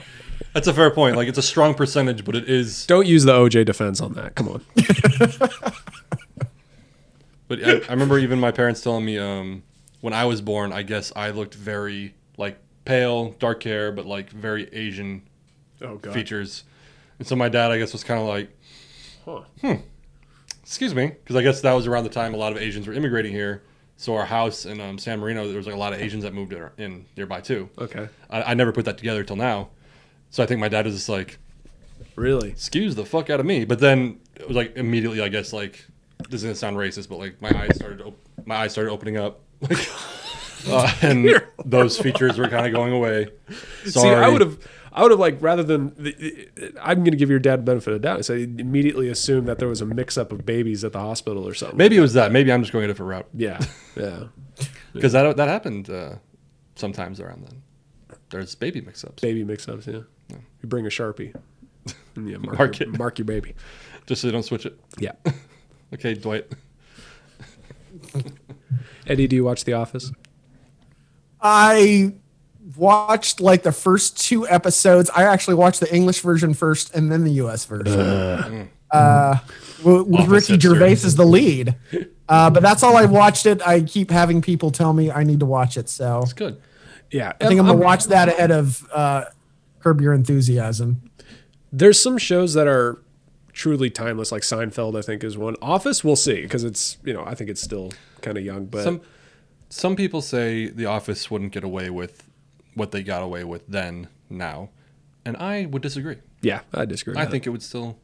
[SPEAKER 1] that's a fair point. Like it's a strong percentage, but it is.
[SPEAKER 2] don't use the OJ defense on that. Come on.
[SPEAKER 1] But I, I remember even my parents telling me um, when I was born, I guess I looked very like pale, dark hair, but like very Asian
[SPEAKER 2] Oh god.
[SPEAKER 1] features. And so my dad, I guess, was kind of like,
[SPEAKER 2] Huh.
[SPEAKER 1] hmm, excuse me, because I guess that was around the time a lot of Asians were immigrating here. So our house in um, San Marino, there was like a lot of Asians that moved in- in nearby too.
[SPEAKER 2] Okay.
[SPEAKER 1] I, I never put that together till now. So I think my dad was just like,
[SPEAKER 2] Really.
[SPEAKER 1] excuse the fuck out of me. But then it was like immediately, I guess, like this is gonna sound racist, but like my eyes started, op- my eyes started opening up, like, uh, and those features were kind of going away. Sorry.
[SPEAKER 2] See, I would have, I would have like rather than the, I'm going to give your dad benefit of the doubt. So I immediately assume that there was a mix-up of babies at the hospital or something.
[SPEAKER 1] Maybe it was that. Maybe I'm just going a different route
[SPEAKER 2] Yeah, yeah.
[SPEAKER 1] because that that happened uh, sometimes around then. There's baby mix-ups.
[SPEAKER 2] Baby mix-ups. Yeah. You bring a sharpie. and Yeah, mark,
[SPEAKER 1] Mark
[SPEAKER 2] your,
[SPEAKER 1] it.
[SPEAKER 2] mark your baby.
[SPEAKER 1] Just so they don't switch it.
[SPEAKER 2] Yeah.
[SPEAKER 1] Okay, Dwight.
[SPEAKER 2] Eddie, do you watch The Office?
[SPEAKER 3] I watched like the first two episodes. I actually watched the English version first, and then the U.S. version. Uh, w- with Ricky
[SPEAKER 1] Opposite
[SPEAKER 3] Gervais
[SPEAKER 1] series.
[SPEAKER 3] as the lead. Uh, but that's all I watched it. I keep having people tell me I need to watch it, so
[SPEAKER 1] It's good.
[SPEAKER 2] Yeah,
[SPEAKER 3] I think I'm gonna watch that ahead of uh, Curb Your Enthusiasm.
[SPEAKER 2] There's some shows that are truly timeless, like Seinfeld. I think is one. Office, we'll see, because it's you know I think it's still kind of young, but
[SPEAKER 1] Some some people say The Office wouldn't get away with what they got away with then now, and I would disagree.
[SPEAKER 2] yeah, I disagree. with
[SPEAKER 1] I
[SPEAKER 2] that.
[SPEAKER 1] think it would still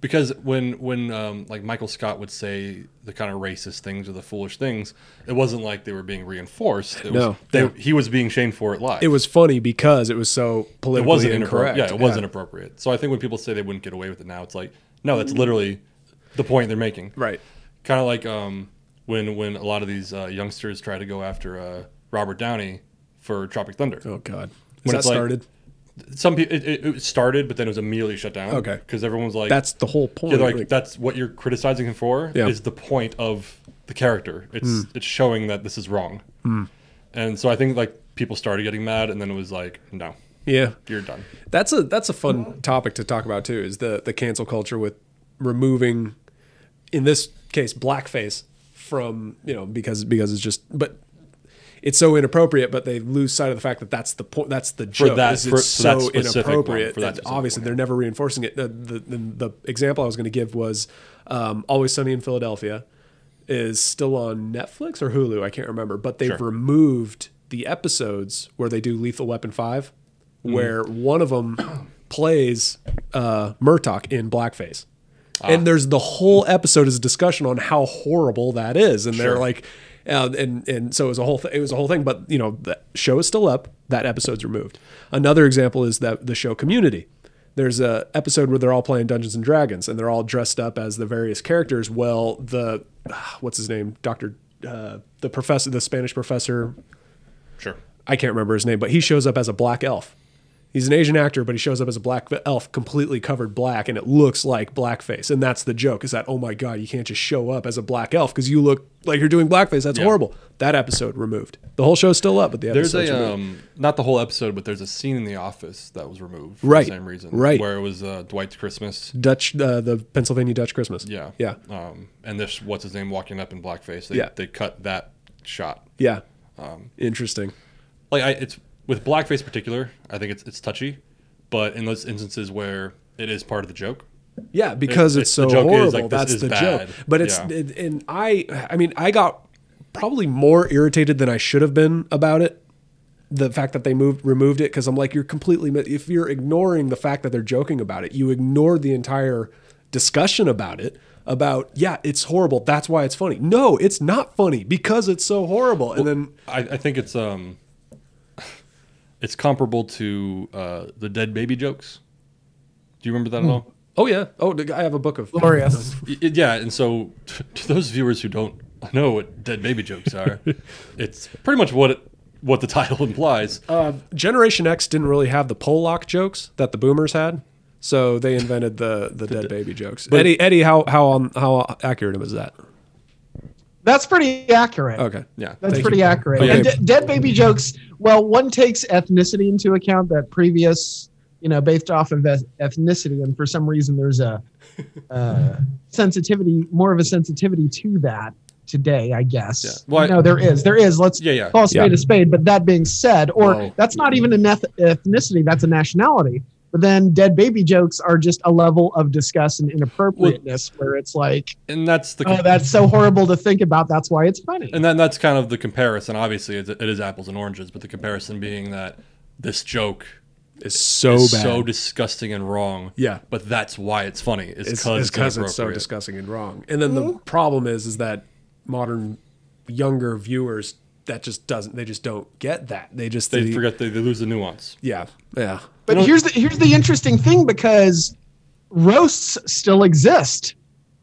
[SPEAKER 1] because when when um, like Michael Scott would say the kind of racist things or the foolish things, it wasn't like they were being reinforced. It was,
[SPEAKER 2] No,
[SPEAKER 1] they,
[SPEAKER 2] yeah.
[SPEAKER 1] he was being shamed for it live.
[SPEAKER 2] it was funny because it was so
[SPEAKER 1] it
[SPEAKER 2] politically
[SPEAKER 1] wasn't
[SPEAKER 2] incorrect.
[SPEAKER 1] inappropriate. Yeah, it was inappropriate. So I think when people say they wouldn't get away with it now, it's like no, that's literally the point they're making.
[SPEAKER 2] right.
[SPEAKER 1] Kind of like um, when when a lot of these uh, youngsters try to go after uh, Robert Downey for Tropic Thunder.
[SPEAKER 2] Oh God, Is
[SPEAKER 1] When
[SPEAKER 2] that
[SPEAKER 1] it's like-
[SPEAKER 2] started?
[SPEAKER 1] Some people it, it- it started, but then it was immediately shut down.
[SPEAKER 2] Okay.
[SPEAKER 1] because everyone was like,
[SPEAKER 2] That's the whole point.
[SPEAKER 1] Yeah, they're like,
[SPEAKER 2] Like,
[SPEAKER 1] that's what you're criticizing him for.
[SPEAKER 2] Yeah. Hmm.
[SPEAKER 1] Is the point of the character? It's it's showing that this is wrong. And so I think like people started getting mad, and then it was like, no,
[SPEAKER 2] yeah,
[SPEAKER 1] you're done.
[SPEAKER 2] that's a that's a fun topic to talk about too. Is the the cancel culture with removing, in this case, blackface from you know because because it's just but. It's so inappropriate, but they lose sight of the fact that that's the point. That's the joke.
[SPEAKER 1] that-
[SPEAKER 2] is
[SPEAKER 1] for-
[SPEAKER 2] it's
[SPEAKER 1] for that
[SPEAKER 2] so
[SPEAKER 1] specific one,
[SPEAKER 2] inappropriate.
[SPEAKER 1] for that
[SPEAKER 2] and
[SPEAKER 1] specific
[SPEAKER 2] obviously,
[SPEAKER 1] one, yeah.
[SPEAKER 2] they're never reinforcing it. The, the, the, the example I was going to give was um, "Always Sunny in Philadelphia" is still on Netflix or Hulu. I can't remember, but they've
[SPEAKER 1] Sure.
[SPEAKER 2] removed the episodes where they do Lethal Weapon Five,
[SPEAKER 1] Mm-hmm.
[SPEAKER 2] where one of them plays uh, Murtaugh in blackface. And there's the whole episode is a discussion on how horrible that is, and they're
[SPEAKER 1] Sure.
[SPEAKER 2] like, uh, and and so it was a whole th- it was a whole thing. But you know, the show is still up. That episode's removed. Another example is that the show Community. There's a episode where they're all playing Dungeons and Dragons, and they're all dressed up as the various characters. Well, the ah, what's his name, Doctor, uh, the professor, the Spanish professor,
[SPEAKER 1] Sure.
[SPEAKER 2] I can't remember his name, but he shows up as a black elf. He's an Asian actor, but he shows up as a black elf, completely covered black, and it looks like blackface. And that's the joke: is that oh my god, you can't just show up as a black elf because you look like you're doing blackface. That's horrible. That episode removed. The whole show's still up, but the
[SPEAKER 1] There's
[SPEAKER 2] episode's removed.
[SPEAKER 1] a um, not the whole episode, but there's a scene in The Office that was removed for
[SPEAKER 2] Right.
[SPEAKER 1] the same reason,
[SPEAKER 2] Right.
[SPEAKER 1] Where it was uh, Dwight's Christmas.
[SPEAKER 2] Dutch, uh, the Pennsylvania Dutch Christmas.
[SPEAKER 1] Yeah.
[SPEAKER 2] yeah,
[SPEAKER 1] Um, and this what's his name walking up in blackface. They,
[SPEAKER 2] Yeah.
[SPEAKER 1] They cut that shot.
[SPEAKER 2] yeah. Interesting.
[SPEAKER 1] like I, it's with blackface in particular. I think it's it's touchy, but in those instances where it is part of the joke,
[SPEAKER 2] Yeah, because
[SPEAKER 1] it-
[SPEAKER 2] it's,
[SPEAKER 1] the
[SPEAKER 2] so
[SPEAKER 1] joke is,
[SPEAKER 2] horrible.
[SPEAKER 1] like, this
[SPEAKER 2] That's
[SPEAKER 1] is
[SPEAKER 2] the
[SPEAKER 1] bad.
[SPEAKER 2] joke. But it's
[SPEAKER 1] Yeah.
[SPEAKER 2] it- and I I mean I got probably more irritated than I should have been about it. The fact that they moved removed it because I'm like you're completely mi- if you're ignoring the fact that they're joking about it, you ignore the entire discussion about it. About yeah, it's horrible. That's why it's funny. No, it's not funny because it's so horrible. And then
[SPEAKER 1] I, I think it's um, it's comparable to uh, the dead baby jokes. Do you remember that at all?
[SPEAKER 2] oh yeah, oh the- I have a book of
[SPEAKER 3] Glorious.
[SPEAKER 1] Y- y- Yeah, and so to those viewers who don't know what dead baby jokes are, it's pretty much what it, what the title implies.
[SPEAKER 2] Generation X didn't really have the Pollock jokes that the Boomers had, so they invented the the dead baby jokes. Eddie, Eddie, how how on how accurate was that?
[SPEAKER 3] That's pretty accurate.
[SPEAKER 2] Okay,
[SPEAKER 1] yeah,
[SPEAKER 3] That's
[SPEAKER 2] Thank
[SPEAKER 3] pretty
[SPEAKER 2] you.
[SPEAKER 3] accurate.
[SPEAKER 1] Okay.
[SPEAKER 3] And de- dead baby jokes. Well, one takes ethnicity into account. That previous, you know, based off of eth- ethnicity, and for some reason there's a uh, sensitivity, more of a sensitivity to that today, I guess.
[SPEAKER 1] Yeah. Well, I-
[SPEAKER 3] no, there is. There is. Let's
[SPEAKER 1] Yeah, yeah.
[SPEAKER 3] call a spade
[SPEAKER 2] Yeah.
[SPEAKER 3] a spade. But that being said, or
[SPEAKER 2] Well-
[SPEAKER 3] that's not even an eth- ethnicity. That's a nationality. But then dead baby jokes are just a level of disgust and inappropriateness where it's like,
[SPEAKER 1] and that's the
[SPEAKER 3] oh, that's so horrible to think about. That's why it's funny.
[SPEAKER 1] and then that's kind of the comparison. Obviously, it's, it is apples and oranges, but the comparison being that this joke
[SPEAKER 2] it's so
[SPEAKER 1] is
[SPEAKER 2] bad.
[SPEAKER 1] so disgusting and wrong.
[SPEAKER 2] Yeah.
[SPEAKER 1] but that's why it's funny. It's
[SPEAKER 2] it's
[SPEAKER 1] because it's,
[SPEAKER 2] because it's so
[SPEAKER 1] inappropriate.
[SPEAKER 2] disgusting and wrong. And then
[SPEAKER 3] Mm-hmm.
[SPEAKER 2] the problem is is that modern younger viewers that just doesn't they just don't get that. They just
[SPEAKER 1] They
[SPEAKER 2] the-
[SPEAKER 1] forget they, they lose the nuance.
[SPEAKER 2] Yeah, yeah.
[SPEAKER 3] But here's the here's the interesting thing because roasts still exist.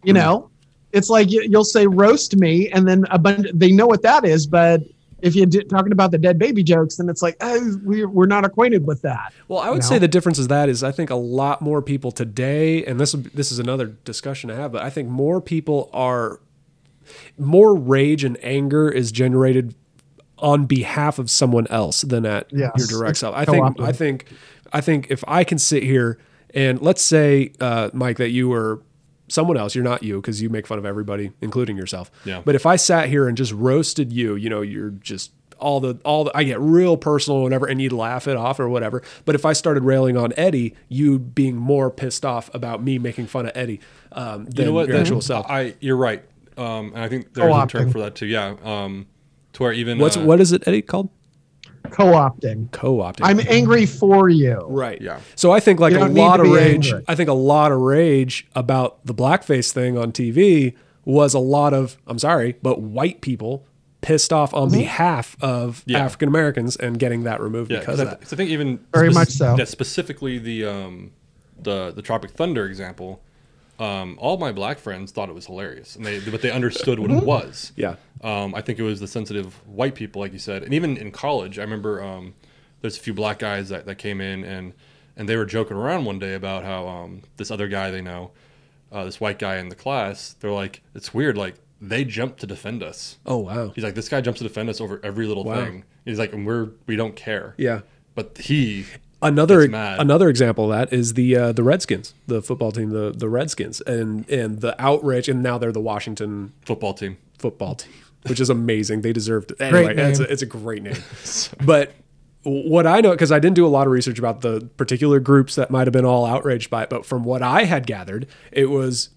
[SPEAKER 3] You know, it's like you, you'll say roast me, and then a bunch they know what that is, but if you're di- talking about the dead baby jokes, then it's like oh, we're we're not acquainted with that.
[SPEAKER 2] Well, I would
[SPEAKER 3] No.
[SPEAKER 2] say the difference is that is I think a lot more people today, and this would- this is another discussion to have, but I think more people are more rage and anger is generated on behalf of someone else than at
[SPEAKER 3] Yes.
[SPEAKER 2] your direct self. I
[SPEAKER 3] It's
[SPEAKER 2] think
[SPEAKER 3] co-opted.
[SPEAKER 2] I think I think if I can sit here and let's say uh, Mike that you were someone else, you're not you because you make fun of everybody, including yourself.
[SPEAKER 1] Yeah.
[SPEAKER 2] But if I sat here and just roasted you, you know, you're just all the all the, I get real personal or whatever, and you'd laugh it off or whatever. But if I started railing on Eddie, you being more pissed off about me making fun of Eddie um, than
[SPEAKER 1] You know what?
[SPEAKER 2] your
[SPEAKER 1] That-
[SPEAKER 2] actual self.
[SPEAKER 1] I you're right, um, and I think there's a term
[SPEAKER 3] Co-opting.
[SPEAKER 1] for that too. Yeah, um, to where even
[SPEAKER 2] What's
[SPEAKER 1] uh,
[SPEAKER 2] what is it Eddie called?
[SPEAKER 3] Co-opting.
[SPEAKER 2] Co-opting.
[SPEAKER 3] I'm angry for you.
[SPEAKER 2] Right.
[SPEAKER 1] Yeah.
[SPEAKER 2] So I think like
[SPEAKER 3] You
[SPEAKER 2] a
[SPEAKER 3] don't need
[SPEAKER 2] lot
[SPEAKER 3] to
[SPEAKER 2] of
[SPEAKER 3] be
[SPEAKER 2] rage.
[SPEAKER 3] angry.
[SPEAKER 2] I think a lot of rage about the blackface thing on TV was a lot of I'm sorry, but white people pissed off on
[SPEAKER 3] Mm-hmm.
[SPEAKER 2] behalf of
[SPEAKER 1] Yeah.
[SPEAKER 2] African Americans and getting that removed
[SPEAKER 1] Yeah, because
[SPEAKER 2] because of
[SPEAKER 1] I,
[SPEAKER 2] that.
[SPEAKER 1] 'cause I think even
[SPEAKER 3] Very much so.
[SPEAKER 1] Yeah, specifically the um, the the Tropic Thunder example. Um, all my black friends thought it was hilarious, and they but they understood what it was.
[SPEAKER 2] Yeah.
[SPEAKER 1] Um, I think it was the sensitive white people, like you said, and even in college, I remember um, there's a few black guys that, that came in and and they were joking around one day about how um, this other guy they know, uh, this white guy in the class, they're like, it's weird, like they jumped to defend us.
[SPEAKER 2] Oh wow.
[SPEAKER 1] He's like, this guy jumps to defend us over every little thing. He's like, and we're we don't care.
[SPEAKER 2] Yeah.
[SPEAKER 1] But he,
[SPEAKER 2] Another
[SPEAKER 1] That's mad.
[SPEAKER 2] another example of that is the uh, the Redskins, the football team, the the Redskins, and and the outrage, and now they're the Washington
[SPEAKER 1] football team.
[SPEAKER 2] football team, which is amazing. They deserved it. Anyway,
[SPEAKER 3] name.
[SPEAKER 2] it's a, it's a great name. but what I know, because I didn't do a lot of research about the particular groups that might have been all outraged by it, but from what I had gathered, it was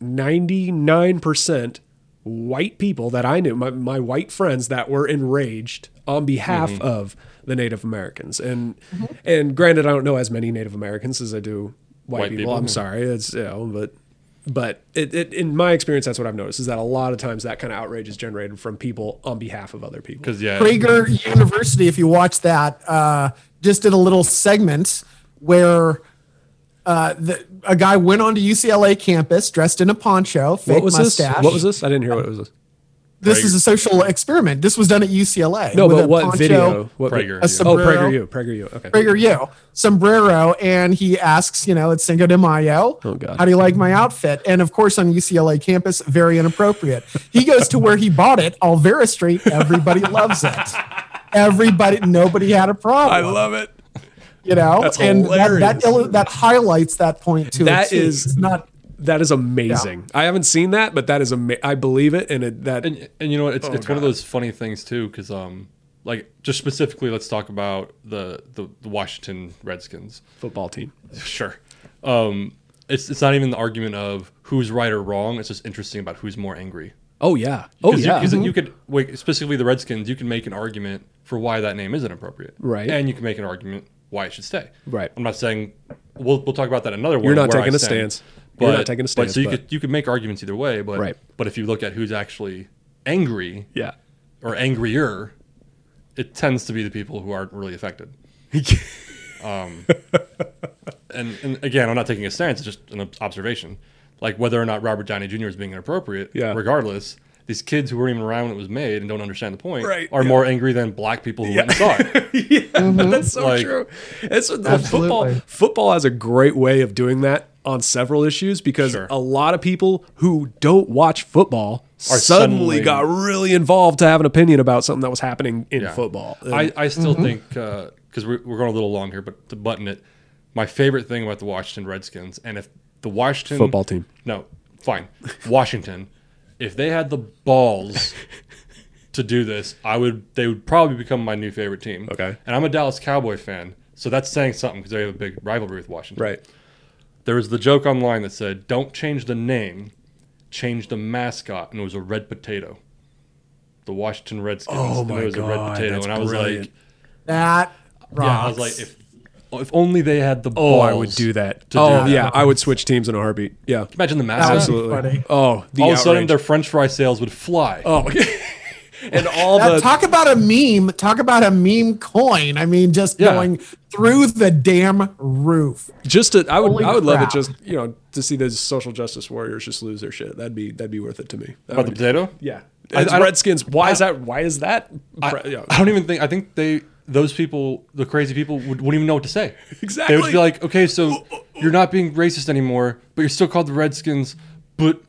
[SPEAKER 2] 99% white people that I knew, my, my white friends that were enraged on behalf of the Native Americans. And and granted, I don't know as many Native Americans as I do white,
[SPEAKER 1] White
[SPEAKER 2] people.
[SPEAKER 1] people,
[SPEAKER 2] I'm
[SPEAKER 1] yeah.
[SPEAKER 2] sorry. It's, you know, but but it, it, in my experience, that's what I've noticed is that a lot of times that kind of outrage is generated from people on behalf of other people.
[SPEAKER 1] Because yeah,
[SPEAKER 3] Prager University, if you watch that, uh, just did a little segment where uh, the, a guy went onto UCLA campus dressed in a poncho, fake
[SPEAKER 2] What was
[SPEAKER 3] mustache.
[SPEAKER 2] this? What was this? I didn't hear what it was.
[SPEAKER 3] This is a social experiment. This was done at UCLA.
[SPEAKER 2] No,
[SPEAKER 3] with
[SPEAKER 2] but
[SPEAKER 3] a
[SPEAKER 2] what
[SPEAKER 3] poncho,
[SPEAKER 2] video? What
[SPEAKER 1] Prager.
[SPEAKER 3] A
[SPEAKER 1] Oh,
[SPEAKER 2] Oh,
[SPEAKER 3] sombrero,
[SPEAKER 2] Prager U. Prager U. Okay.
[SPEAKER 3] Prager U sombrero, and he asks, you know, it's Cinco de Mayo.
[SPEAKER 2] Oh, God.
[SPEAKER 3] How do you like my outfit? And of course, on UCLA campus, very inappropriate. he goes to where he bought it, Alvera Street. Everybody loves it. Everybody, nobody had a problem.
[SPEAKER 2] love it.
[SPEAKER 3] you know,
[SPEAKER 2] That's
[SPEAKER 3] and that
[SPEAKER 2] hilarious.
[SPEAKER 3] that, illu- that highlights that point too.
[SPEAKER 2] That
[SPEAKER 3] It's-
[SPEAKER 2] is-
[SPEAKER 3] it's not
[SPEAKER 2] That is amazing. I haven't seen that, but that is amazing. I believe it, and it, that
[SPEAKER 1] and and you know what? It's it's one of those funny things too. Because um, like just specifically, let's talk about the the, the Washington Redskins.
[SPEAKER 2] Football team.
[SPEAKER 1] Sure. Um, it's it's not even the argument of who's right or wrong. It's just interesting about who's more angry.
[SPEAKER 2] Oh yeah. Oh
[SPEAKER 1] 'Cause you-
[SPEAKER 2] yeah.
[SPEAKER 1] 'cause you could like, specifically the Redskins. You can make an argument for why that name isn't appropriate.
[SPEAKER 2] Right.
[SPEAKER 1] And you can make an argument why it should stay.
[SPEAKER 2] Right.
[SPEAKER 1] I'm not saying we'll we'll talk about that another one.
[SPEAKER 2] You're not
[SPEAKER 1] where I
[SPEAKER 2] taking a
[SPEAKER 1] stand.
[SPEAKER 2] stance. You're not
[SPEAKER 1] But-
[SPEAKER 2] taking a
[SPEAKER 1] But
[SPEAKER 2] stance,
[SPEAKER 1] so you
[SPEAKER 2] but-
[SPEAKER 1] could you could make arguments either way. But
[SPEAKER 2] Right.
[SPEAKER 1] But if you look at who's actually angry
[SPEAKER 2] yeah.
[SPEAKER 1] or angrier, it tends to be the people who aren't really affected. Um, And, and again, I'm not taking a stance; it's just an ob- observation. Like whether or not Robert Downey Jr. is being inappropriate.
[SPEAKER 2] Yeah.
[SPEAKER 1] Regardless, these kids who weren't even around when it was made and don't understand the point
[SPEAKER 2] Right,
[SPEAKER 1] are
[SPEAKER 2] yeah.
[SPEAKER 1] more angry than black people who went and saw it.
[SPEAKER 2] yeah, that's so
[SPEAKER 1] Like-
[SPEAKER 2] true. It's the football.
[SPEAKER 3] Mm-hmm. Absolutely.
[SPEAKER 2] Football has a great way of doing that on several issues because
[SPEAKER 1] Sure.
[SPEAKER 2] a lot of people who don't watch football
[SPEAKER 1] Are
[SPEAKER 2] suddenly
[SPEAKER 1] suddenly-
[SPEAKER 2] got really involved to have an opinion about something that was happening in
[SPEAKER 1] Yeah.
[SPEAKER 2] football.
[SPEAKER 1] I, I still think because we're, we're going a little long here, but to button it, my favorite thing about the Washington Redskins, and if the Washington
[SPEAKER 2] Football team.
[SPEAKER 1] no, fine, Washington, if they had the balls to do this, I would. They would probably become my new favorite team.
[SPEAKER 2] Okay.
[SPEAKER 1] and I'm a Dallas Cowboy fan, so that's saying something because they have a big rivalry with Washington.
[SPEAKER 2] right.
[SPEAKER 1] There was the joke online that said, "Don't change the name, change the mascot," and it was a red potato. The Washington Redskins.
[SPEAKER 2] Oh
[SPEAKER 1] and
[SPEAKER 2] my
[SPEAKER 1] it was a
[SPEAKER 2] God,
[SPEAKER 1] red potato,
[SPEAKER 2] that's
[SPEAKER 1] and I was
[SPEAKER 2] brilliant.
[SPEAKER 1] like.
[SPEAKER 3] That rocks.
[SPEAKER 1] Yeah, I was like, if if only they had the
[SPEAKER 2] Oh,
[SPEAKER 1] balls.
[SPEAKER 2] I would do that.
[SPEAKER 1] to do
[SPEAKER 2] Oh
[SPEAKER 1] that.
[SPEAKER 2] yeah, I would switch teams in a heartbeat. Yeah,
[SPEAKER 1] Imagine the
[SPEAKER 3] That would be
[SPEAKER 1] mascot.
[SPEAKER 2] absolutely.
[SPEAKER 3] funny.
[SPEAKER 2] Oh, the
[SPEAKER 1] All of a sudden,
[SPEAKER 2] outrage.
[SPEAKER 1] their French fry sales would fly.
[SPEAKER 2] oh, and all
[SPEAKER 3] Now,
[SPEAKER 2] the
[SPEAKER 3] talk about a meme. Talk about a meme coin. I mean, just
[SPEAKER 1] Yeah.
[SPEAKER 3] going through the damn roof.
[SPEAKER 2] just to, I would
[SPEAKER 3] Holy
[SPEAKER 2] I would love it
[SPEAKER 3] crap.
[SPEAKER 2] just you know to see those social justice warriors just lose their shit. That'd be that'd be worth it to me. That
[SPEAKER 1] About the
[SPEAKER 2] would-
[SPEAKER 1] potato.
[SPEAKER 2] yeah,
[SPEAKER 1] I-
[SPEAKER 2] It's
[SPEAKER 1] I don't-
[SPEAKER 2] Redskins. Why is that? Why is that?
[SPEAKER 1] I,
[SPEAKER 2] pre- yeah.
[SPEAKER 1] I don't even think. I think they those people, the crazy people, would, wouldn't even know what to say.
[SPEAKER 2] Exactly. Oh,
[SPEAKER 1] They would be like, okay, so you're not being racist anymore, but you're still called the Redskins. But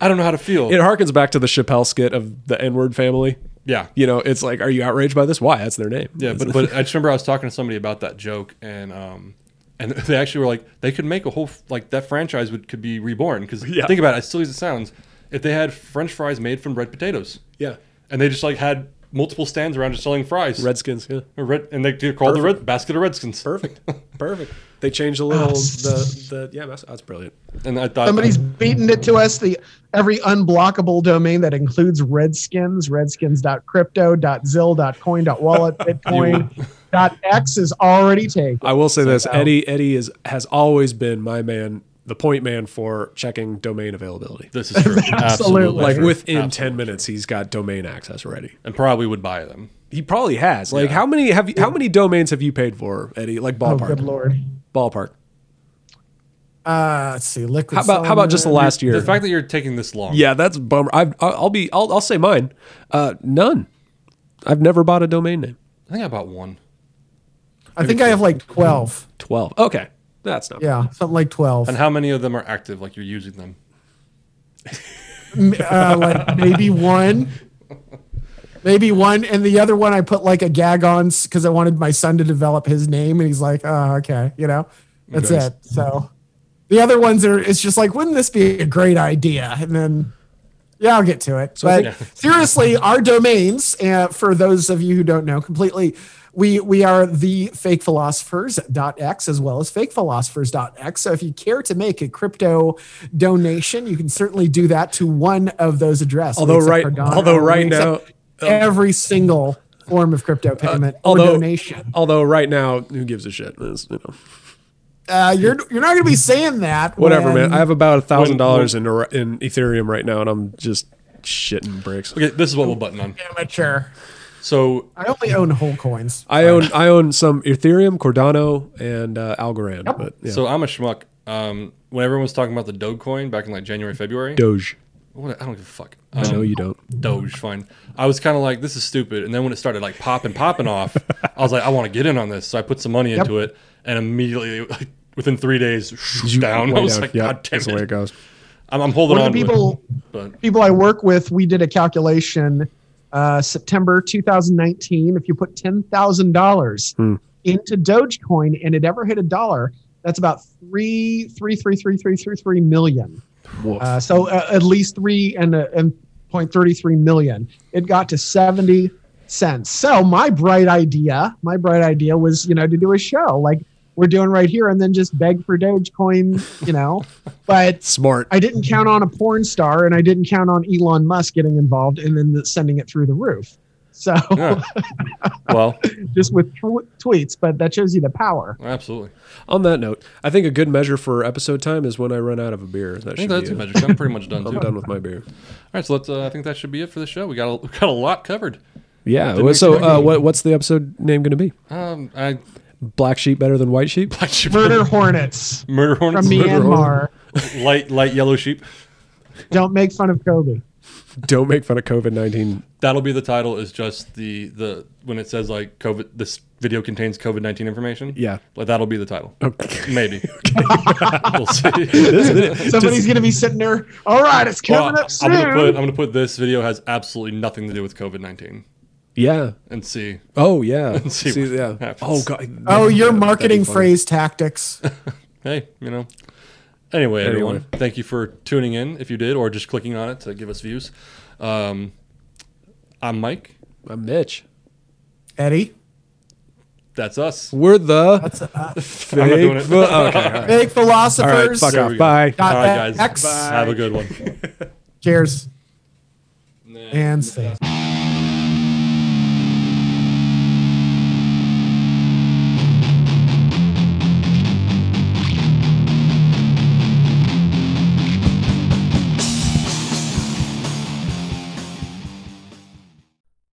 [SPEAKER 1] I don't know how to feel.
[SPEAKER 2] It harkens back to the Chappelle skit of the N word family.
[SPEAKER 1] yeah.
[SPEAKER 2] You know, it's like, are you outraged by this? Why? That's their name.
[SPEAKER 1] Yeah, but, but I just remember I was talking to somebody about that joke, and um, and they actually were like, they could make a whole f- like that franchise would could be reborn because
[SPEAKER 2] Yeah.
[SPEAKER 1] think about it, as silly as it sounds, if they had French fries made from red potatoes,
[SPEAKER 2] yeah,
[SPEAKER 1] and they just like had multiple stands around just selling fries,
[SPEAKER 2] Redskins. Yeah,
[SPEAKER 1] Or red and they they're called the
[SPEAKER 2] Perfect.
[SPEAKER 1] red basket of Redskins,
[SPEAKER 2] perfect, perfect. They changed a little the the yeah. That's, that's brilliant.
[SPEAKER 1] and I thought
[SPEAKER 3] Somebody's beaten it to us. The every unblockable domain that includes Redskins, Redskins.crypto.zil.coin.wallet, Bitcoin. Dot X is already taken.
[SPEAKER 2] I will say this:
[SPEAKER 3] out.
[SPEAKER 2] Eddie Eddie is has always been my man, the point man for checking domain availability.
[SPEAKER 1] this is true, absolutely,
[SPEAKER 2] like
[SPEAKER 1] true.
[SPEAKER 2] within
[SPEAKER 1] Absolutely.
[SPEAKER 2] 10 minutes he's got domain access ready
[SPEAKER 1] and probably would buy them.
[SPEAKER 2] he probably has like how many have you how many domains have you paid for eddie like
[SPEAKER 3] Oh,
[SPEAKER 2] ballpark
[SPEAKER 3] good lord.
[SPEAKER 2] ballpark
[SPEAKER 3] Uh, let's see. Liquid.
[SPEAKER 2] how about how about just the
[SPEAKER 3] Solomon.
[SPEAKER 2] last year
[SPEAKER 1] The fact that you're taking this long,
[SPEAKER 2] yeah that's a bummer I've, i'll I'll be I'll, I'll say mine uh none i've never bought a domain name
[SPEAKER 1] I think I bought one.
[SPEAKER 3] I think I have like 12.
[SPEAKER 2] 12 okay that's not
[SPEAKER 3] Yeah, something like 12.
[SPEAKER 1] And how many of them are active? Like you're using them?
[SPEAKER 3] uh, like maybe one, maybe one, and the other one I put like a gag on because I wanted my son to develop his name, and he's like, "Oh, okay," you know, that's
[SPEAKER 2] Nice.
[SPEAKER 3] it. So the other ones are it's just like, wouldn't this be a great idea? And then yeah, I'll get to it.
[SPEAKER 2] I
[SPEAKER 3] but seriously, our domains, uh, for those of you who don't know, completely. We, we are the fakephilosophers.x as well as fakephilosophers.x. So if you care to make a crypto donation, you can certainly do that to one of those addresses.
[SPEAKER 2] although
[SPEAKER 3] We
[SPEAKER 2] right
[SPEAKER 3] accept Cardano,
[SPEAKER 2] although right
[SPEAKER 3] we
[SPEAKER 2] now
[SPEAKER 3] accept every single form of crypto payment or
[SPEAKER 2] Oh. Uh, although
[SPEAKER 3] donation.
[SPEAKER 2] although right now who gives a shit It's, you know
[SPEAKER 3] Uh, you're you're not going to be saying that.
[SPEAKER 2] whatever
[SPEAKER 3] when-
[SPEAKER 2] man i have about a thousand dollars in Ora- in ethereum right now and i'm just shitting bricks
[SPEAKER 1] Okay, this is what we'll button on.
[SPEAKER 3] amateur.
[SPEAKER 1] So
[SPEAKER 3] I only own whole coins.
[SPEAKER 2] I own I own some Ethereum, Cordano, and uh, Algorand, but yeah.
[SPEAKER 1] So I'm a schmuck. Um, when everyone was talking about the Dogecoin back in like January, February,
[SPEAKER 2] Doge.
[SPEAKER 1] what, I don't give a fuck.
[SPEAKER 2] I
[SPEAKER 1] Um,
[SPEAKER 2] know you don't.
[SPEAKER 1] Doge, fine. I was kind of like, this is stupid. And then when it started like popping, popping off, I was like, I want to get in on this. So I put some money into it, and immediately, like, within three days, down.
[SPEAKER 2] way
[SPEAKER 1] I was
[SPEAKER 2] down.
[SPEAKER 1] like,
[SPEAKER 2] Yep,
[SPEAKER 1] God damn
[SPEAKER 2] That's the way it
[SPEAKER 1] it.
[SPEAKER 2] goes.
[SPEAKER 1] I'm, I'm holding
[SPEAKER 3] One
[SPEAKER 1] on.
[SPEAKER 3] of the
[SPEAKER 1] to it.
[SPEAKER 3] people
[SPEAKER 1] but
[SPEAKER 3] people I work with, we did a calculation uh, September 2019. If you put ten thousand dollars into Dogecoin and it ever hit a dollar, that's about three three three three three three three million.
[SPEAKER 2] Woof.
[SPEAKER 3] Uh, so uh, at least three and, uh, and 0.33 million. It got to 70 sense. So my bright idea, my bright idea was, you know, to do a show like we're doing right here and then just beg for Dogecoin, you know. but
[SPEAKER 2] Smart.
[SPEAKER 3] I didn't count on a porn star and I didn't count on Elon Musk getting involved and then the, sending it through the roof. So
[SPEAKER 1] Yeah. well,
[SPEAKER 3] just with tw- tweets, but that shows you the power.
[SPEAKER 1] absolutely.
[SPEAKER 2] On that note, I think a good measure for episode time is when I run out of a beer. That
[SPEAKER 1] I think
[SPEAKER 2] should
[SPEAKER 1] that's
[SPEAKER 2] be
[SPEAKER 1] a
[SPEAKER 2] it.
[SPEAKER 1] magic. I'm pretty much done
[SPEAKER 2] I'm
[SPEAKER 1] too.
[SPEAKER 2] done with my beer.
[SPEAKER 1] All right, so let's. Uh, I think that should be it for the show. We got a, we got a lot covered.
[SPEAKER 2] Yeah.
[SPEAKER 1] next
[SPEAKER 2] so,
[SPEAKER 1] time.
[SPEAKER 2] uh, what, what's the episode name going to be?
[SPEAKER 1] Um, I
[SPEAKER 2] Black sheep better than white sheep.
[SPEAKER 1] black sheep,
[SPEAKER 3] Murder hornets
[SPEAKER 1] murder
[SPEAKER 3] from
[SPEAKER 1] hornets,
[SPEAKER 3] Myanmar.
[SPEAKER 1] light light yellow sheep.
[SPEAKER 3] Don't make fun of Kobe.
[SPEAKER 2] Don't make fun of COVID nineteen.
[SPEAKER 1] That'll be the title. Is just the the when it says like COVID. This video contains COVID nineteen information.
[SPEAKER 2] Yeah.
[SPEAKER 1] like that'll be the title.
[SPEAKER 2] Okay.
[SPEAKER 1] Maybe we'll see.
[SPEAKER 3] Somebody's going to be sitting there. All right, it's
[SPEAKER 1] Well,
[SPEAKER 3] coming up
[SPEAKER 1] I'm
[SPEAKER 3] soon.
[SPEAKER 1] gonna put I'm gonna put this video has absolutely nothing to do with COVID nineteen
[SPEAKER 2] Yeah.
[SPEAKER 1] and see.
[SPEAKER 2] Oh yeah.
[SPEAKER 1] see
[SPEAKER 2] See,
[SPEAKER 1] what
[SPEAKER 2] yeah.
[SPEAKER 1] happens.
[SPEAKER 2] Oh god.
[SPEAKER 3] oh, your
[SPEAKER 2] That'd be
[SPEAKER 3] marketing
[SPEAKER 2] funny.
[SPEAKER 3] phrase tactics.
[SPEAKER 1] Hey, you know. Anyway, everyone,
[SPEAKER 2] Anyway.
[SPEAKER 1] thank you for tuning in. If you did, or just clicking on it to give us views. Um, I'm Mike.
[SPEAKER 2] I'm Mitch.
[SPEAKER 3] Eddie,
[SPEAKER 1] That's us.
[SPEAKER 2] We're the
[SPEAKER 3] that's uh,
[SPEAKER 2] fake.
[SPEAKER 1] not doing it.
[SPEAKER 2] vo- okay. All right.
[SPEAKER 3] big
[SPEAKER 2] All right.
[SPEAKER 3] philosophers.
[SPEAKER 2] Fuck
[SPEAKER 1] There
[SPEAKER 2] off.
[SPEAKER 1] we go.
[SPEAKER 2] Bye.
[SPEAKER 3] Dot
[SPEAKER 1] All right, guys.
[SPEAKER 3] X.
[SPEAKER 1] Have a good one.
[SPEAKER 3] Cheers and see.